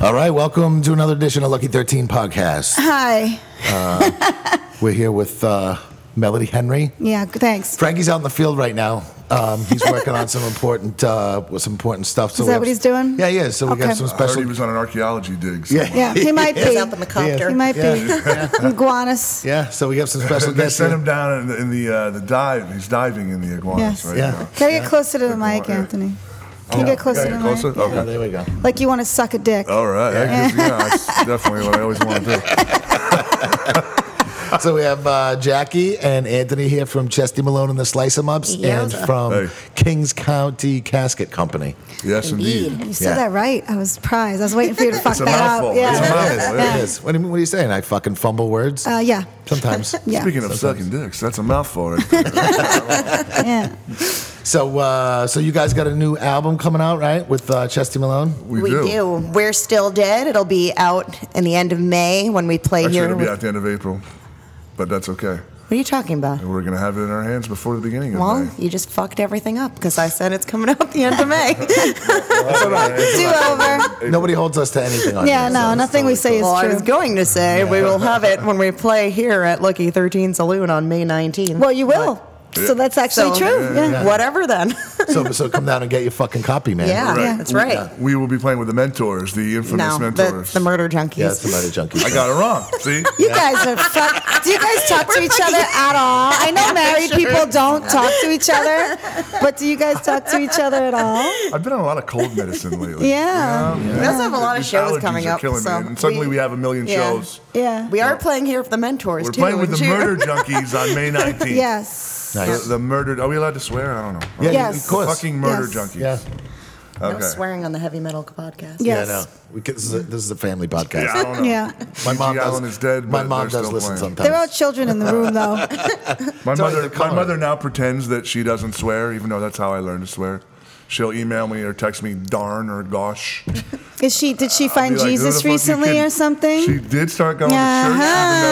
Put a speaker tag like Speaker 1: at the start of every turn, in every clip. Speaker 1: All right, welcome to another edition of Lucky 13 Podcast.
Speaker 2: Hi.
Speaker 1: We're here with uh, Melody Henry.
Speaker 2: Yeah, thanks.
Speaker 1: Frankie's out in the field right now. Um, he's working on some important uh, with some important stuff. So
Speaker 2: Is
Speaker 1: we
Speaker 2: that
Speaker 1: have-
Speaker 2: what he's doing?
Speaker 1: Yeah, yeah. So we
Speaker 2: Okay.
Speaker 1: got some
Speaker 2: I
Speaker 1: special.
Speaker 3: I heard he was on an archaeology dig.
Speaker 1: yeah,
Speaker 2: Yeah, he might be.
Speaker 4: He's out the helicopter.
Speaker 2: He might
Speaker 1: Yeah.
Speaker 2: be. Iguanas.
Speaker 1: yeah. So we have some special
Speaker 3: They
Speaker 1: guests.
Speaker 3: sent
Speaker 1: here.
Speaker 3: him down in the in the, uh, the dive. He's diving in the iguanas
Speaker 2: Yes.
Speaker 3: right
Speaker 1: Yeah.
Speaker 3: now.
Speaker 2: Gotta get closer to the mic,
Speaker 3: Yeah.
Speaker 2: Anthony. Can you get closer to
Speaker 3: Gotta
Speaker 2: the
Speaker 3: get
Speaker 2: mic?
Speaker 3: closer? Oh,
Speaker 2: Yeah.
Speaker 1: Yeah, there we go.
Speaker 2: Like you want to suck a dick.
Speaker 3: All right. That gives- Yeah. that's definitely what I always want to do.
Speaker 1: So we have uh, Jackie and Anthony here from Chesty Malone and the Slice 'Em Ups, and
Speaker 4: Yowza.
Speaker 1: from
Speaker 3: Hey.
Speaker 1: Kings County Casket Company.
Speaker 3: Yes, indeed.
Speaker 4: Indeed.
Speaker 2: You said
Speaker 1: Yeah.
Speaker 2: that right. I was surprised. I was waiting for you to fuck
Speaker 3: a
Speaker 2: that
Speaker 3: mouthful.
Speaker 2: out. Yeah.
Speaker 3: It's a mouthful, it
Speaker 2: Yeah.
Speaker 1: It is. What do you mean? What are you saying? I fucking fumble words
Speaker 2: Uh, yeah.
Speaker 1: sometimes.
Speaker 2: Yeah.
Speaker 3: Speaking of sucking dicks, that's a mouthful. Right there.
Speaker 2: yeah.
Speaker 1: So, uh, so you guys got a new album coming out, right? With uh, Chesty Malone.
Speaker 3: We,
Speaker 4: We
Speaker 3: do.
Speaker 4: do. We're still dead. It'll be out in the end of May when we play
Speaker 3: Actually,
Speaker 4: here.
Speaker 3: it'll be
Speaker 4: with-
Speaker 3: out the end of April, but that's okay.
Speaker 4: What are you talking about?
Speaker 3: We're gonna have it in our hands before the beginning of
Speaker 4: Well,
Speaker 3: May.
Speaker 4: you just fucked everything up because I said it's coming out the end of May.
Speaker 3: That's all right.
Speaker 2: Do over.
Speaker 1: Nobody holds us to anything. On
Speaker 2: Yeah,
Speaker 1: here,
Speaker 2: no,
Speaker 1: so it's
Speaker 2: nothing we say
Speaker 4: well, I
Speaker 2: is
Speaker 4: was
Speaker 2: true.
Speaker 4: going to say we will have it when we play here at Lucky 13 Saloon on May 19th.
Speaker 2: Well, you will. So that's actually
Speaker 4: So-
Speaker 2: true. Yeah.
Speaker 4: Whatever then.
Speaker 1: So, so come down and get your fucking copy, man.
Speaker 4: yeah,
Speaker 3: Right.
Speaker 4: that's right.
Speaker 3: We will be playing with the mentors, the infamous
Speaker 4: No,
Speaker 3: mentors.
Speaker 4: that's the murder junkies.
Speaker 1: yeah, it's about a junkie.
Speaker 3: I got it wrong. See,
Speaker 2: You guys are fuck. Do you guys talk to each other at all? I know married people don't talk to each other, but do you guys talk to each other at all?
Speaker 3: I've been on a lot of cold medicine lately.
Speaker 2: Yeah.
Speaker 3: You know?
Speaker 4: We also have a lot of
Speaker 3: These
Speaker 4: shows
Speaker 3: allergies
Speaker 4: coming
Speaker 3: are
Speaker 4: up,
Speaker 3: killing me,
Speaker 4: so
Speaker 3: and suddenly we,
Speaker 4: we-
Speaker 3: have a million
Speaker 4: Yeah.
Speaker 3: shows.
Speaker 2: Yeah.
Speaker 4: We are playing here with the mentors
Speaker 3: We're
Speaker 4: too.
Speaker 3: playing with
Speaker 4: in
Speaker 3: the
Speaker 4: June.
Speaker 3: murder junkies on May 19th.
Speaker 2: Yes.
Speaker 3: The,
Speaker 1: Nice.
Speaker 3: the murdered. Are we allowed to swear? I don't know.
Speaker 1: Yeah,
Speaker 2: Yes.
Speaker 1: of course.
Speaker 3: Fucking murder
Speaker 2: Yes.
Speaker 3: junkies.
Speaker 1: yeah.
Speaker 4: No
Speaker 3: Okay.
Speaker 4: swearing on the heavy metal podcast.
Speaker 1: Yeah,
Speaker 2: Yes.
Speaker 1: no. We, this, is a, this is a family podcast.
Speaker 3: Yeah, I don't know.
Speaker 2: Yeah.
Speaker 1: My mom
Speaker 3: G.G.
Speaker 1: does,
Speaker 3: Allen is dead,
Speaker 1: My
Speaker 3: but
Speaker 1: mom
Speaker 3: they're
Speaker 1: does
Speaker 3: still
Speaker 1: listen
Speaker 3: playing.
Speaker 1: sometimes.
Speaker 2: There are children in the room though.
Speaker 3: My
Speaker 1: Sorry,
Speaker 3: mother.
Speaker 1: the
Speaker 3: My
Speaker 1: color.
Speaker 3: mother now pretends that she doesn't swear, even though that's how I learned to swear. She'll email me or text me "darn" or "gosh."
Speaker 2: Is she did she
Speaker 3: I'll be
Speaker 2: find
Speaker 3: like, "Who the
Speaker 2: Jesus
Speaker 3: fuck you
Speaker 2: recently
Speaker 3: kidding?"
Speaker 2: or something?
Speaker 3: She did start going to church, even
Speaker 2: Uh-huh.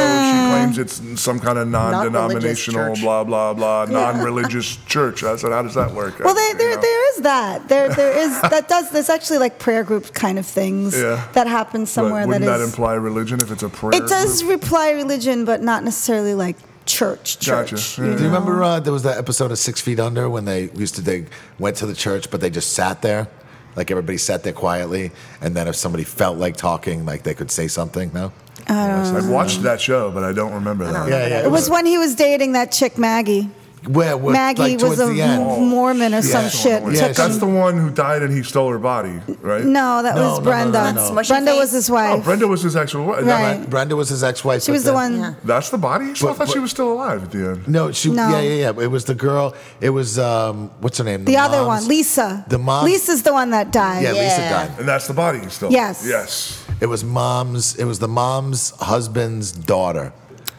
Speaker 3: though she claims it's some kind of non-denominational,
Speaker 4: church.
Speaker 3: blah blah blah, non-religious church. I said, "How does that work?"
Speaker 2: well, there,
Speaker 3: I- you
Speaker 2: there,
Speaker 3: know.
Speaker 2: there is that. There, there is that does. There's actually like prayer group kind of things
Speaker 3: Yeah.
Speaker 2: that happen
Speaker 3: But
Speaker 2: somewhere.
Speaker 3: wouldn't that
Speaker 2: is.
Speaker 3: imply religion if it's a prayer?
Speaker 2: it does
Speaker 3: group?
Speaker 2: reply religion, but not necessarily like church. Church.
Speaker 3: Gotcha.
Speaker 2: you
Speaker 3: Yeah.
Speaker 1: Do you
Speaker 2: know?
Speaker 1: remember uh, there was that episode of Six Feet Under when they used to they went to the church but they just sat there, like everybody sat there quietly, and then if somebody felt like talking, like they could say something. No.
Speaker 3: I've watched that show, but I don't remember that.
Speaker 1: Yeah, yeah.
Speaker 2: It was when he was dating that chick Maggie.
Speaker 1: where, where
Speaker 2: Maggie
Speaker 1: like, towards
Speaker 2: was a
Speaker 1: the end.
Speaker 2: m- Mormon or some
Speaker 3: That's the
Speaker 2: shit.
Speaker 3: one
Speaker 1: Yeah,
Speaker 3: where-
Speaker 2: Took
Speaker 1: she-
Speaker 3: That's
Speaker 2: him-
Speaker 3: the one who died and he stole her body, right?
Speaker 2: no, that
Speaker 1: No, no,
Speaker 2: was
Speaker 1: no, no,
Speaker 2: Brenda.
Speaker 1: no.
Speaker 4: Smushy
Speaker 2: Brenda
Speaker 4: face.
Speaker 2: was his wife.
Speaker 3: Oh, Brenda was his actual wife.
Speaker 2: Right.
Speaker 1: Brenda was his ex-wife.
Speaker 2: she was the one.
Speaker 4: Yeah.
Speaker 3: That's the body? So I
Speaker 1: But-
Speaker 3: thought she
Speaker 1: but-
Speaker 3: was still alive at the end.
Speaker 1: No, she.
Speaker 2: No.
Speaker 1: Yeah, yeah, yeah. It was the girl. It was um, what's her name?
Speaker 2: The other
Speaker 1: mom's-
Speaker 2: one, Lisa.
Speaker 1: The mom.
Speaker 2: Lisa's the one that died.
Speaker 1: Yeah, Lisa
Speaker 4: Yeah.
Speaker 1: died.
Speaker 3: And that's the body still.
Speaker 2: Yes.
Speaker 3: Yes.
Speaker 1: It was mom's. It was the mom's husband's daughter.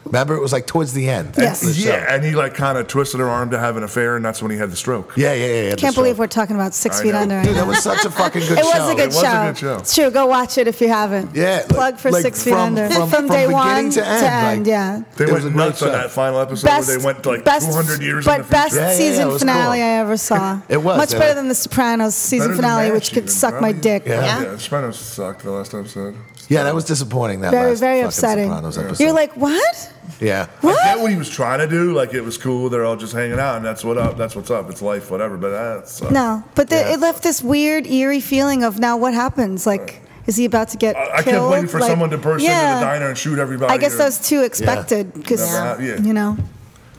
Speaker 1: Remember, it was like towards the end.
Speaker 2: Yes.
Speaker 1: Of the show.
Speaker 3: Yeah, and he like kind of twisted her arm to have an affair, and that's when he had the stroke.
Speaker 1: Yeah, yeah, yeah. yeah
Speaker 2: Can't believe we're talking about Six
Speaker 3: I
Speaker 2: Feet
Speaker 3: know.
Speaker 2: Under.
Speaker 1: Dude, that was such a fucking good
Speaker 2: it
Speaker 1: show.
Speaker 2: was a good
Speaker 3: It was
Speaker 2: show.
Speaker 3: a good show.
Speaker 2: It's true. Go watch it if you haven't.
Speaker 1: Yeah, like-
Speaker 2: Plug for
Speaker 1: like
Speaker 2: Six Feet
Speaker 1: from-
Speaker 2: Under
Speaker 1: from- from
Speaker 2: day
Speaker 1: beginning
Speaker 2: one
Speaker 1: to end, like-
Speaker 2: yeah.
Speaker 3: They
Speaker 1: It was a
Speaker 3: went
Speaker 1: great
Speaker 3: nuts on
Speaker 1: show.
Speaker 3: that final episode where they went to like 200 years
Speaker 2: but
Speaker 3: in the
Speaker 2: best
Speaker 3: future.
Speaker 1: Yeah, yeah, yeah,
Speaker 2: season
Speaker 1: it was
Speaker 2: finale
Speaker 1: cool.
Speaker 2: I ever saw.
Speaker 1: It was,
Speaker 2: much
Speaker 1: yeah.
Speaker 2: better than The Sopranos season
Speaker 3: Better than
Speaker 2: finale,
Speaker 3: MASH
Speaker 2: which could
Speaker 3: even,
Speaker 2: suck
Speaker 3: probably.
Speaker 2: my dick.
Speaker 1: Yeah.
Speaker 3: Yeah, Sopranos sucked the last episode.
Speaker 1: Yeah, that was disappointing. That
Speaker 2: Very,
Speaker 1: last
Speaker 2: very
Speaker 1: fucking
Speaker 2: upsetting.
Speaker 1: Sopranos episode.
Speaker 2: You're like, what?
Speaker 1: yeah.
Speaker 2: What?
Speaker 3: I get what he was trying to do. Like it was cool. They're all just hanging out, and that's what up. That's what's up. It's life, whatever. But uh, that sucked.
Speaker 2: No, but the,
Speaker 1: Yeah.
Speaker 2: it left this weird, eerie feeling of now what happens? Like, is he about to get
Speaker 3: I, I
Speaker 2: killed?
Speaker 3: kept waiting for
Speaker 2: Like,
Speaker 3: someone to burst
Speaker 2: yeah.
Speaker 3: into the diner and shoot everybody.
Speaker 2: I guess
Speaker 3: or-
Speaker 2: that was too expected because
Speaker 3: Never hap- yeah.
Speaker 2: you know.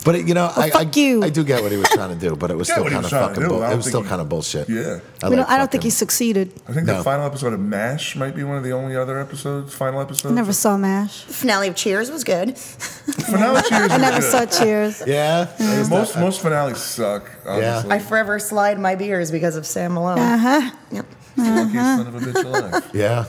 Speaker 1: But it, you know, I,
Speaker 2: fuck
Speaker 1: I,
Speaker 2: you.
Speaker 1: I do get what he was trying to do, but it was
Speaker 3: Get
Speaker 1: still
Speaker 3: what he
Speaker 1: kind of
Speaker 3: was trying to
Speaker 1: fucking.
Speaker 3: do.
Speaker 1: Bull-
Speaker 3: I don't
Speaker 1: it was still
Speaker 3: think he-
Speaker 1: kind of bullshit.
Speaker 3: Yeah.
Speaker 2: We don't,
Speaker 1: like
Speaker 2: I don't think
Speaker 1: fucking-
Speaker 2: he succeeded.
Speaker 3: I think
Speaker 1: No.
Speaker 3: the final episode of MASH might be one of the only other episodes, final episodes.
Speaker 2: I never saw Mash.
Speaker 4: The finale of Cheers was good.
Speaker 3: Finale cheers.
Speaker 2: I never saw Cheers.
Speaker 1: Yeah.
Speaker 3: Most most finales suck. Obviously.
Speaker 4: I forever slide my beers because of Sam Malone.
Speaker 2: Uh huh.
Speaker 4: Yep.
Speaker 3: Uh-huh. Luckiest son of a bitch alive.
Speaker 1: Yeah.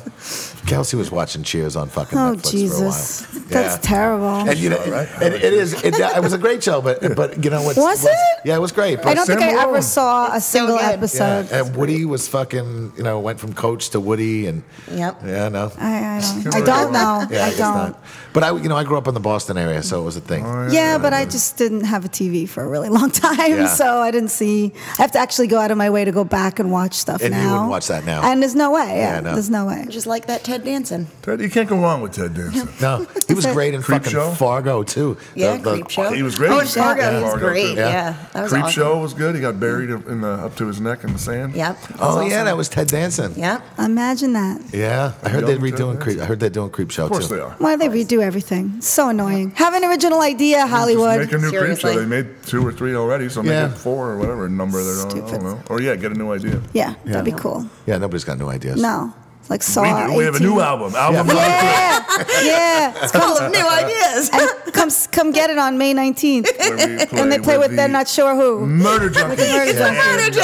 Speaker 1: Kelsey was watching Cheers on fucking
Speaker 2: Oh,
Speaker 1: Netflix
Speaker 2: Jesus.
Speaker 1: for a while.
Speaker 2: That's terrible.
Speaker 1: And you know,
Speaker 3: Show, right?
Speaker 1: and it is. It, it was a great show, but but you know what?
Speaker 2: Was it?
Speaker 1: Yeah, it was great. But
Speaker 2: I don't think I
Speaker 3: Sam
Speaker 2: ever
Speaker 3: Malone.
Speaker 2: saw a single
Speaker 4: good.
Speaker 2: episode.
Speaker 1: Yeah, and Woody was fucking, you know, went from coach to Woody, and
Speaker 4: Yep.
Speaker 1: yeah, no,
Speaker 2: I, I don't,
Speaker 3: It's
Speaker 2: I don't
Speaker 3: not
Speaker 2: know.
Speaker 1: yeah,
Speaker 2: Uh, I
Speaker 1: it's
Speaker 2: don't.
Speaker 1: not. But I, you know, I grew up in the Boston area, so it was a thing.
Speaker 2: Yeah, but I just didn't have a TV for a really long time,
Speaker 1: Yeah.
Speaker 2: so I didn't see. I have to actually go out of my way to go back and watch stuff
Speaker 1: And you
Speaker 2: now.
Speaker 1: wouldn't watch that now.
Speaker 2: And there's no way. Yeah,
Speaker 1: I know.
Speaker 2: there's no way.
Speaker 4: Just like that Ted Danson.
Speaker 3: Ted, you can't go wrong with Ted Danson.
Speaker 1: No, he was great in fucking
Speaker 3: Creepshow?
Speaker 1: Fargo too.
Speaker 4: Yeah,
Speaker 1: The- the-
Speaker 4: creep show.
Speaker 3: He was great.
Speaker 4: Oh, and Fargo,
Speaker 2: Yeah.
Speaker 4: he was
Speaker 3: Fargo,
Speaker 4: great.
Speaker 3: too.
Speaker 1: Yeah.
Speaker 4: Yeah. that was
Speaker 3: Creep
Speaker 4: awesome.
Speaker 3: show was good. He got buried in the up to his neck in the sand.
Speaker 4: Yep. that was
Speaker 1: Oh yeah,
Speaker 4: awesome.
Speaker 1: that was Ted Danson.
Speaker 4: Yep.
Speaker 2: Imagine that.
Speaker 1: Yeah, I heard
Speaker 3: Young
Speaker 1: they're
Speaker 3: Ted
Speaker 1: redoing creep. I heard they're doing creep show
Speaker 3: Of course
Speaker 1: too.
Speaker 3: they are.
Speaker 2: Why do they redo everything? So annoying. Have an original idea,
Speaker 3: Just make a
Speaker 2: Hollywood.
Speaker 3: new
Speaker 4: Seriously.
Speaker 3: creep show. They made two or three already, so make
Speaker 1: Yeah.
Speaker 3: it four or whatever number they're on. I
Speaker 2: Stupid.
Speaker 3: don't know. Or yeah, get a new idea.
Speaker 2: Yeah, that'd be cool.
Speaker 1: Yeah, nobody's got new ideas.
Speaker 2: No, like Saw.
Speaker 3: We, do. we have a
Speaker 2: 18.
Speaker 3: new album. Album
Speaker 2: Oh, Yeah, yeah. It's
Speaker 4: Full
Speaker 2: called,
Speaker 4: of new ideas.
Speaker 2: and come, come get it on May 19th.
Speaker 3: where we play
Speaker 2: and they play with,
Speaker 3: the Mm.
Speaker 2: they're not sure who.
Speaker 3: Murder Junkies.
Speaker 2: Murder
Speaker 3: And,
Speaker 2: Junkies.
Speaker 4: Murder
Speaker 3: uh,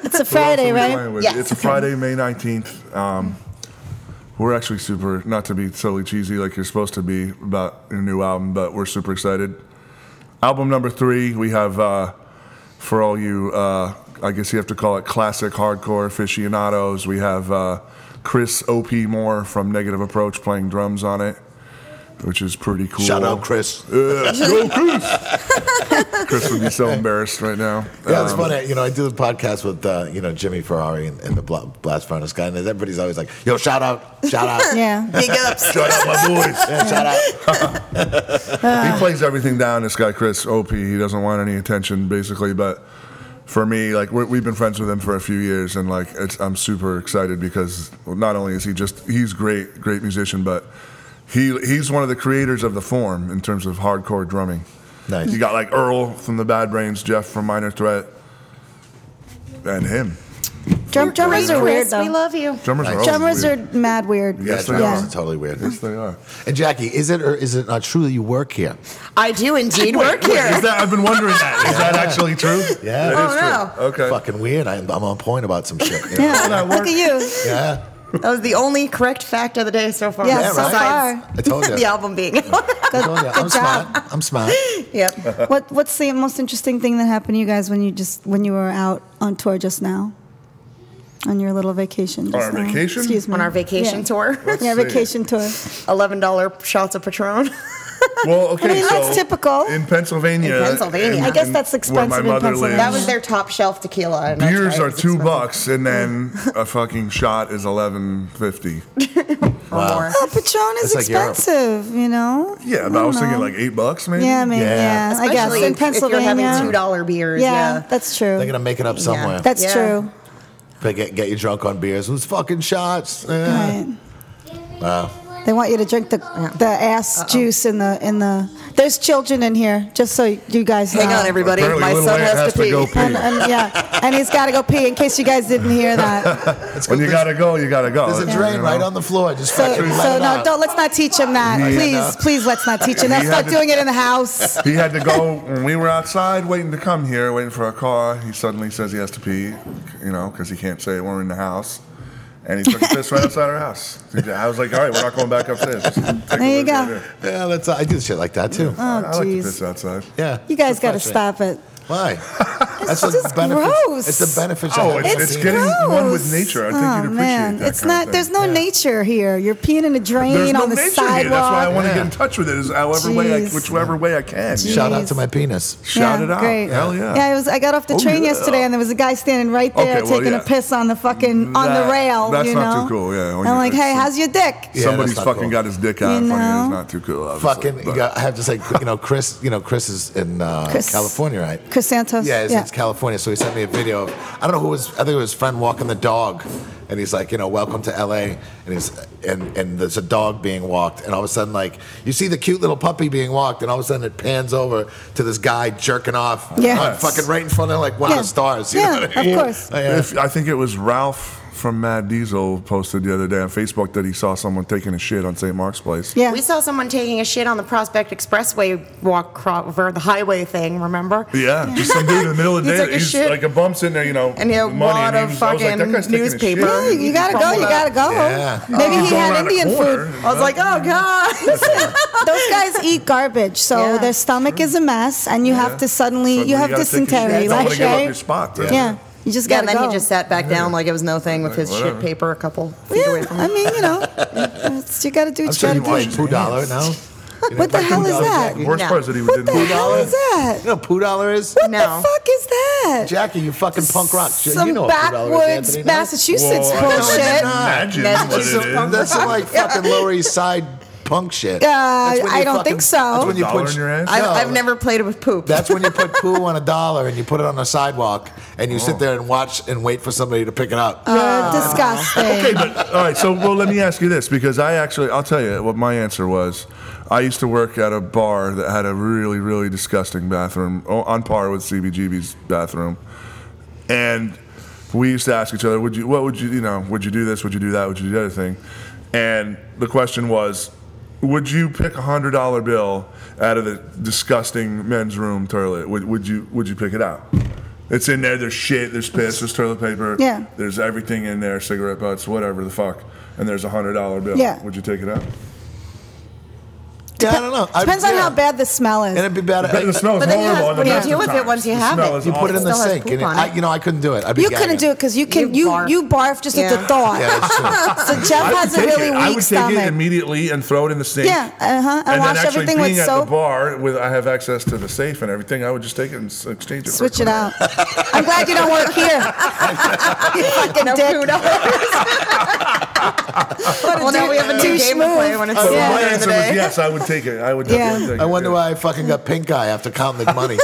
Speaker 4: junkies.
Speaker 2: It's a
Speaker 3: who else
Speaker 2: Friday,
Speaker 3: are we
Speaker 2: right?
Speaker 3: playing with?
Speaker 4: Yes.
Speaker 3: It's a Friday, May 19th. Um, we're actually super, not to be totally cheesy like you're supposed to be about your new album, but we're super excited. Album number three, we have, uh, for all you, uh, I guess you have to call it classic hardcore aficionados, we have uh, Chris O.P. Moore from Negative Approach playing drums on it, which is pretty cool.
Speaker 1: Shout out Chris.
Speaker 3: Chris would be so embarrassed right now.
Speaker 1: Yeah, it's
Speaker 3: Um,
Speaker 1: funny. You know, I do the podcast with uh, you know Jimmy Ferrari and, and the Bla- Blast Furnace guy, and everybody's always like, "Yo, shout out, shout out,
Speaker 2: Yeah.
Speaker 4: Big ups.
Speaker 1: shout out, my boys, yeah, shout out."
Speaker 3: he plays everything down. This guy Chris Op. He doesn't want any attention, basically. But for me, like we we've been friends with him for a few years, and like it's, I'm super excited because not only is he just he's great, great musician, but he he's one of the creators of the form in terms of hardcore drumming.
Speaker 1: Nice.
Speaker 3: You got like Earl from the Bad Brains, Jeff from Minor Threat, and him.
Speaker 2: Drum, drummers are weird,
Speaker 4: Chris, we
Speaker 2: though.
Speaker 4: love you.
Speaker 3: Drummers are always
Speaker 2: Drummers are
Speaker 3: weird.
Speaker 2: mad weird.
Speaker 3: Yes,
Speaker 1: yeah,
Speaker 3: they
Speaker 1: John,
Speaker 3: are.
Speaker 1: it's totally weird.
Speaker 3: Yes, they are.
Speaker 1: And Jackie, is it or is it not true that you work here?
Speaker 4: I do indeed work
Speaker 3: Is
Speaker 4: here.
Speaker 3: that, I've been wondering that. Is that actually true?
Speaker 1: Yeah.
Speaker 3: It is
Speaker 4: Oh, no.
Speaker 3: true. Okay.
Speaker 1: Fucking weird. I, I'm on point about some shit. you know?
Speaker 2: Yeah, look at you.
Speaker 1: yeah.
Speaker 4: That was the only correct fact of the day so far.
Speaker 2: Yeah,
Speaker 1: Yeah,
Speaker 2: so
Speaker 1: right.
Speaker 2: far.
Speaker 1: I told you.
Speaker 4: the album being out.
Speaker 1: I told you. I'm
Speaker 2: Good job.
Speaker 1: smart. I'm smart.
Speaker 4: yep.
Speaker 2: What What's the most interesting thing that happened to you guys when you just when you were out on tour just now, on your little vacation? Just
Speaker 3: On our
Speaker 2: now?
Speaker 3: vacation?
Speaker 2: Excuse me.
Speaker 4: On our vacation
Speaker 2: Yeah.
Speaker 4: tour,
Speaker 2: Yeah,
Speaker 3: see.
Speaker 2: vacation tour.
Speaker 4: $11 shots of Patron.
Speaker 3: Well, okay,
Speaker 2: I mean,
Speaker 3: so
Speaker 2: that's typical.
Speaker 3: in Pennsylvania.
Speaker 4: In Pennsylvania. I
Speaker 2: guess that's
Speaker 3: where
Speaker 2: expensive
Speaker 3: my
Speaker 2: in
Speaker 3: mother
Speaker 2: Pennsylvania.
Speaker 4: that
Speaker 3: lives,
Speaker 4: was their top shelf tequila. and that's why
Speaker 3: Beers
Speaker 4: it
Speaker 3: are
Speaker 4: was
Speaker 3: two
Speaker 4: expensive.
Speaker 3: bucks, and then a fucking shot is eleven fifty.
Speaker 4: Or
Speaker 1: Wow.
Speaker 4: more.
Speaker 2: Oh, Patron is
Speaker 1: It's like Europe.
Speaker 2: expensive, you know.
Speaker 3: Yeah, but I,
Speaker 2: don't
Speaker 3: was thinking
Speaker 2: know.
Speaker 3: like eight bucks, maybe.
Speaker 2: Yeah, maybe.
Speaker 1: Yeah.
Speaker 2: Yeah, I guess
Speaker 4: Especially
Speaker 2: in
Speaker 4: if- if
Speaker 2: Pennsylvania.
Speaker 4: you're having two dollar beers.
Speaker 2: yeah,
Speaker 4: Yeah.
Speaker 2: that's true.
Speaker 1: They're gonna make it up somewhere.
Speaker 2: that's
Speaker 4: Yeah.
Speaker 2: true.
Speaker 1: They get get you drunk on beers. Who's fucking shots? Eh.
Speaker 2: Right.
Speaker 1: Wow.
Speaker 2: They want you to drink the the ass juice in the in the. There's children in here, just so you guys know.
Speaker 4: Hang on, everybody.
Speaker 3: Apparently,
Speaker 4: My
Speaker 3: little
Speaker 4: son
Speaker 3: Ant
Speaker 4: has,
Speaker 3: has
Speaker 4: to
Speaker 3: to
Speaker 4: pee.
Speaker 3: go pee.
Speaker 2: And, and yeah, and he's got to go pee. In case you guys didn't hear that,
Speaker 3: When you gotta go, you gotta go.
Speaker 1: There's a drain
Speaker 3: You know?
Speaker 1: right on the floor. Just
Speaker 2: so,
Speaker 1: fucking let
Speaker 2: so
Speaker 1: it
Speaker 2: no,
Speaker 1: out.
Speaker 2: don't let's not teach him that.
Speaker 1: Yeah,
Speaker 2: please,
Speaker 1: no.
Speaker 2: please let's not teach him.
Speaker 3: We
Speaker 2: that.
Speaker 3: had
Speaker 2: Start
Speaker 3: to-
Speaker 2: doing it in the house.
Speaker 3: He had to go when we were outside waiting to come here, waiting for a car. He suddenly says he has to pee, you know, because he can't say we're in the house. And he took a piss right outside our house. I was like, all right, we're not going back upstairs. Just take a
Speaker 2: There you
Speaker 3: whiz
Speaker 2: go.
Speaker 3: right here.
Speaker 1: Yeah, that's I do shit like that too.
Speaker 2: Oh,
Speaker 3: I like to
Speaker 2: jeez.
Speaker 3: piss outside.
Speaker 1: yeah.
Speaker 2: You guys got to
Speaker 1: Refreshing.
Speaker 2: stop it.
Speaker 1: Why? That's what
Speaker 2: just
Speaker 1: benefits.
Speaker 2: gross.
Speaker 1: It's the benefits.
Speaker 3: Oh,
Speaker 1: of
Speaker 3: it's-
Speaker 2: It's
Speaker 1: having
Speaker 3: getting
Speaker 1: seen it.
Speaker 2: gross.
Speaker 3: one with nature. I think
Speaker 2: oh,
Speaker 3: you'd appreciate
Speaker 2: man.
Speaker 3: that
Speaker 2: It's
Speaker 3: kind of
Speaker 2: not.
Speaker 3: thing.
Speaker 2: There's no nature here. You're peeing in a drain
Speaker 3: There's no
Speaker 2: on the
Speaker 3: nature
Speaker 2: sidewalk.
Speaker 3: here. That's why I want to
Speaker 1: Yeah.
Speaker 3: get in touch with it. Is however way, I,
Speaker 2: Jeez.
Speaker 3: whichever way I can. you know?
Speaker 1: Shout out
Speaker 2: Jeez.
Speaker 1: to my penis.
Speaker 3: Shout
Speaker 2: Yeah,
Speaker 3: it out.
Speaker 2: Great.
Speaker 3: Hell yeah.
Speaker 2: Yeah, I was. I got off the
Speaker 3: Oh,
Speaker 2: train
Speaker 3: yeah.
Speaker 2: yesterday, and there was a guy standing right there
Speaker 3: Okay, well,
Speaker 2: taking
Speaker 3: yeah.
Speaker 2: a piss on the fucking on the
Speaker 3: That-
Speaker 2: rail.
Speaker 3: that's
Speaker 2: you know?
Speaker 3: not too cool, yeah, when
Speaker 2: I'm
Speaker 3: you-
Speaker 2: like, hey, how's your dick?
Speaker 1: Yeah,
Speaker 3: Somebody's
Speaker 1: that's not
Speaker 3: fucking
Speaker 1: cool.
Speaker 3: got his dick out in
Speaker 2: You
Speaker 3: front of you. It's
Speaker 2: know?
Speaker 3: not too cool. obviously,
Speaker 1: Fucking.
Speaker 3: but-
Speaker 1: You got, I have to say, you know, Chris. You know, Chris is in uh,
Speaker 2: Chris.
Speaker 1: California, right?
Speaker 2: Chris Santos.
Speaker 1: Yeah, it's, it's California. So he sent me a video of I don't know who was. I think it was his friend walking the dog, and he's like, you know, welcome to L.A. And he's and and there's a dog being walked, and all of a sudden, like you see the cute little puppy being walked, and all of a sudden it pans over to this guy jerking off,
Speaker 2: Yeah.
Speaker 1: on fucking right in front of like wow
Speaker 2: Yeah.
Speaker 1: the stars. You
Speaker 2: Yeah,
Speaker 1: know what I mean?
Speaker 2: of course.
Speaker 1: Oh, yeah.
Speaker 3: If, I think it was Ralph from Mad Diesel posted the other day on Facebook that he saw someone taking a shit on St. Mark's Place.
Speaker 2: Yeah.
Speaker 4: We saw someone taking a shit on the Prospect Expressway walk cro- over the highway thing, remember?
Speaker 3: Yeah, just some dude in the middle of the
Speaker 4: He
Speaker 3: day.
Speaker 4: took a
Speaker 3: he's
Speaker 4: shit.
Speaker 3: like a bump sitting there, you know,
Speaker 4: And he had a
Speaker 3: money,
Speaker 4: wad
Speaker 3: and
Speaker 4: of
Speaker 3: he's- I was like, that
Speaker 4: fucking
Speaker 3: guy's taking a shit.
Speaker 4: newspaper.
Speaker 2: Yeah, you gotta go. You gotta go.
Speaker 1: Yeah.
Speaker 2: Maybe he
Speaker 3: going
Speaker 2: had
Speaker 3: Oh, around the
Speaker 2: Indian
Speaker 3: corner,
Speaker 2: food.
Speaker 3: you
Speaker 4: I was
Speaker 3: know?
Speaker 4: like, oh god.
Speaker 2: Those guys eat garbage, so
Speaker 4: Yeah,
Speaker 2: their stomach is a mess, and you have to suddenly
Speaker 3: Suddenly
Speaker 2: you have
Speaker 3: gotta take your shit.
Speaker 2: dysentery,
Speaker 3: Don't wanna
Speaker 2: like
Speaker 3: give up your
Speaker 2: right?
Speaker 3: spot.
Speaker 1: Yeah.
Speaker 3: Yeah.
Speaker 2: Yeah, you just
Speaker 4: Yeah,
Speaker 2: gotta
Speaker 4: and then
Speaker 2: go.
Speaker 4: he just sat back down like it was no thing with his
Speaker 3: whatever.
Speaker 4: shit paper a couple feet away
Speaker 2: yeah,
Speaker 4: from
Speaker 2: I
Speaker 4: him.
Speaker 2: mean, you know, it's- you gotta do
Speaker 1: I'm
Speaker 2: what
Speaker 1: sure
Speaker 2: you
Speaker 1: you
Speaker 2: gotta
Speaker 1: play
Speaker 2: do.
Speaker 1: Poo Dollar now. You
Speaker 2: What
Speaker 1: know,
Speaker 2: the hell is
Speaker 1: $2
Speaker 2: that?
Speaker 1: Jackie. You
Speaker 3: Worst
Speaker 4: No.
Speaker 3: part is that he
Speaker 2: What
Speaker 3: didn't
Speaker 2: the
Speaker 3: do
Speaker 2: hell
Speaker 3: that.
Speaker 2: is that?
Speaker 1: know what Poo Dollar is?
Speaker 2: What
Speaker 4: No.
Speaker 2: the fuck is that?
Speaker 1: Jackie, you fucking punk rock. You
Speaker 2: Some
Speaker 1: know what $2 is,
Speaker 2: backwoods
Speaker 1: Anthony, no?
Speaker 2: Massachusetts
Speaker 3: Well, I don't
Speaker 2: bullshit.
Speaker 1: know.
Speaker 3: Imagine
Speaker 4: That's
Speaker 3: what
Speaker 4: just
Speaker 3: it
Speaker 4: so
Speaker 3: is.
Speaker 4: fun.
Speaker 1: That's some, like fucking Lower East Side punk shit. That's when
Speaker 2: I
Speaker 1: you
Speaker 2: don't think so.
Speaker 1: That's when you
Speaker 3: Dollar
Speaker 1: put
Speaker 3: in your ass?
Speaker 4: I've,
Speaker 1: No,
Speaker 4: I've never played with poop.
Speaker 1: That's when you put poo on a dollar and you put it on a sidewalk and you sit there and watch and wait for somebody to pick it up.
Speaker 2: You're disgusting.
Speaker 3: Okay, but all right. So, well, let me ask you this because I actually, I'll tell you what my answer was. I used to work at a bar that had a really, really disgusting bathroom o- on par with CBGB's bathroom, and we used to ask each other, "Would you? What would you? You know, would you do this? Would you do that? Would you do the other thing?" And the question was, "Would you pick a hundred dollar bill out of the disgusting men's room toilet? Would, would you? Would you pick it out?" It's in there. There's shit. There's piss. There's toilet paper.
Speaker 2: Yeah.
Speaker 3: There's everything in there, cigarette butts, whatever the fuck. And there's a hundred dollar bill.
Speaker 2: Yeah.
Speaker 3: Would you take it out?
Speaker 4: Uh,
Speaker 1: yeah, I don't know. I-
Speaker 2: Depends on
Speaker 1: yeah.
Speaker 2: how bad the smell is.
Speaker 1: And it'd be bad.
Speaker 3: But the smell is
Speaker 4: But then you have-
Speaker 3: horrible. and
Speaker 4: what do you
Speaker 3: best
Speaker 4: do
Speaker 3: of
Speaker 4: with it
Speaker 3: times,
Speaker 4: once you
Speaker 3: the
Speaker 4: have
Speaker 3: smell
Speaker 4: it?
Speaker 3: is
Speaker 1: you put it in
Speaker 3: awful.
Speaker 1: the
Speaker 4: Still has
Speaker 1: sink,
Speaker 4: poop
Speaker 1: and it,
Speaker 4: on
Speaker 1: I,
Speaker 4: it.
Speaker 1: you know I couldn't do it. I'd be
Speaker 2: you
Speaker 1: gagging.
Speaker 2: couldn't do it because you can
Speaker 4: You
Speaker 2: you
Speaker 4: barf.
Speaker 2: you barf just at the
Speaker 4: Yeah.
Speaker 2: thought.
Speaker 1: Yeah, that's true.
Speaker 2: So Jeff
Speaker 3: I would
Speaker 2: has a
Speaker 3: take
Speaker 2: really
Speaker 3: it.
Speaker 2: weak
Speaker 3: I would
Speaker 2: stomach.
Speaker 3: take it immediately and throw it in the sink.
Speaker 2: Yeah, uh-huh, and wash
Speaker 3: then actually
Speaker 2: everything with
Speaker 3: being at
Speaker 2: soap.
Speaker 3: the bar with I have access to the safe and everything. I would just take it and s- exchange it. for
Speaker 2: Switch it
Speaker 3: clean.
Speaker 2: out. I'm glad you don't work here. you fucking
Speaker 4: No
Speaker 2: dick.
Speaker 4: poo well, now we have a new
Speaker 2: douche
Speaker 4: game to play
Speaker 2: move.
Speaker 4: when it's
Speaker 3: So
Speaker 2: Yeah.
Speaker 3: my
Speaker 4: later in the
Speaker 3: answer was
Speaker 4: day.
Speaker 3: yes. I would take it. I would definitely
Speaker 2: Yeah.
Speaker 3: take it.
Speaker 1: I wonder
Speaker 3: yeah.
Speaker 1: why I fucking got pink eye after counting the money.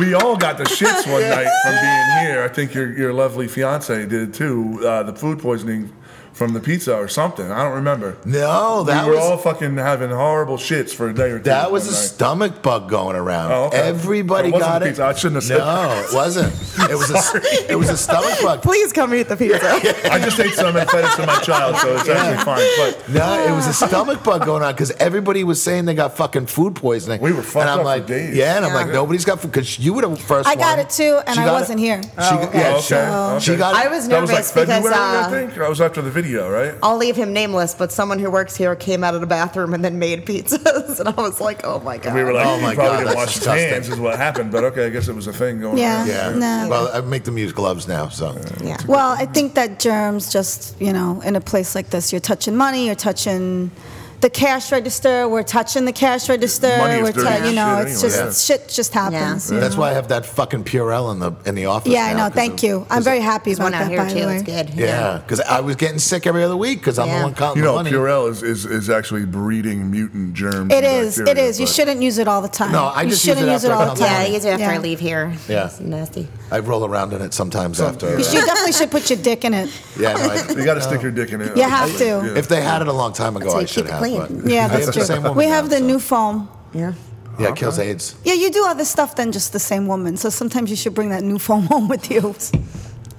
Speaker 3: we all got the shits one night from being here. I think your your lovely fiance did too. Uh, the food poisoning from the pizza or something. I don't remember.
Speaker 1: No, that
Speaker 3: we were
Speaker 1: was
Speaker 3: all fucking having horrible shits for a day or two.
Speaker 1: that was a
Speaker 3: one night.
Speaker 1: stomach bug going around.
Speaker 3: Oh, okay.
Speaker 1: Everybody
Speaker 3: It wasn't
Speaker 1: got
Speaker 3: the
Speaker 1: it.
Speaker 3: pizza. I shouldn't have said
Speaker 1: No, it wasn't. It was a it was a stomach bug.
Speaker 4: Please come eat the pizza.
Speaker 3: I just ate some and fed it to my child, so it's actually fine. But
Speaker 1: No, it was a stomach bug going on because everybody was saying they got fucking food poisoning.
Speaker 3: We were fucked
Speaker 1: and I'm
Speaker 3: up for
Speaker 1: like,
Speaker 3: days.
Speaker 1: Yeah, and I'm like,
Speaker 4: Yeah.
Speaker 1: nobody's got food because you were the first.
Speaker 2: I got
Speaker 1: one.
Speaker 2: it too, and
Speaker 1: She
Speaker 2: I
Speaker 1: got
Speaker 2: wasn't here.
Speaker 1: She, got- yeah,
Speaker 3: Oh, okay,
Speaker 1: she,
Speaker 3: okay.
Speaker 1: she got.
Speaker 4: I
Speaker 1: it.
Speaker 4: was
Speaker 3: that was
Speaker 4: nervous
Speaker 3: like February,
Speaker 4: because
Speaker 3: I
Speaker 4: uh,
Speaker 3: think. That was after the video, right?
Speaker 4: I'll leave him nameless, but someone who works here came out of the bathroom and then made pizzas, and I was like, oh my god.
Speaker 3: We were like,
Speaker 1: Oh
Speaker 3: he
Speaker 1: my God,
Speaker 3: probably
Speaker 1: that's
Speaker 3: didn't wash his
Speaker 1: disgusting.
Speaker 3: hands, is what happened. But okay, I guess it was a thing going
Speaker 2: Yeah.
Speaker 3: on.
Speaker 1: Yeah.
Speaker 2: No.
Speaker 1: Well, I make them use gloves now, so.
Speaker 4: yeah.
Speaker 2: Well, I think that germs just, you know, in a place like this, you're touching money, you're touching the cash register, we're touching the cash register,
Speaker 3: Money is
Speaker 2: we're
Speaker 3: dirty
Speaker 2: tou- you
Speaker 3: as
Speaker 2: know,
Speaker 3: shit
Speaker 2: it's
Speaker 3: anyway,
Speaker 2: just shit just happens. you
Speaker 1: That's
Speaker 2: know?
Speaker 1: why I have that fucking Purell in the in the office.
Speaker 2: Yeah, I
Speaker 1: now,
Speaker 2: know.
Speaker 1: 'cause
Speaker 2: Thank
Speaker 1: of-
Speaker 2: you. I'm
Speaker 1: 'cause
Speaker 2: very
Speaker 1: of-
Speaker 2: happy
Speaker 4: There's
Speaker 2: about
Speaker 4: one out
Speaker 2: that.
Speaker 4: here
Speaker 2: by
Speaker 4: too.
Speaker 2: the way.
Speaker 4: It's good.
Speaker 1: Yeah, because I was getting sick every other week because I'm
Speaker 4: Yeah.
Speaker 1: the one counting
Speaker 3: You know,
Speaker 1: the money.
Speaker 3: Purell is, is, is actually breeding mutant germs.
Speaker 2: It
Speaker 3: and
Speaker 2: is. It
Speaker 3: bacteria,
Speaker 2: is. You
Speaker 3: but-
Speaker 2: shouldn't use it all the time.
Speaker 1: No, I
Speaker 2: you
Speaker 1: just use
Speaker 2: shouldn't
Speaker 1: it
Speaker 2: use it
Speaker 1: after
Speaker 2: all the
Speaker 1: I'm
Speaker 2: time.
Speaker 1: done.
Speaker 4: Yeah, you do after
Speaker 2: Yeah.
Speaker 4: I leave here.
Speaker 1: Yeah.
Speaker 4: It's nasty.
Speaker 1: I roll around in it sometimes after.
Speaker 2: You should, definitely should put your dick in it.
Speaker 1: Yeah, no, I- Uh,
Speaker 3: You got to stick your dick in it.
Speaker 2: You have to.
Speaker 3: Yeah.
Speaker 1: Oh. If they had it a long time ago,
Speaker 4: That's how
Speaker 1: I
Speaker 4: you
Speaker 1: should
Speaker 4: keep it
Speaker 1: have.
Speaker 4: clean.
Speaker 1: But
Speaker 2: Yeah,
Speaker 1: I have
Speaker 2: that's
Speaker 1: the same
Speaker 2: true.
Speaker 1: woman
Speaker 2: We
Speaker 1: now,
Speaker 2: have the
Speaker 1: so-
Speaker 2: new foam.
Speaker 4: Yeah.
Speaker 1: Yeah, it kills AIDS.
Speaker 2: Yeah, you do other stuff than just the same woman. So sometimes you should bring that new foam home with you.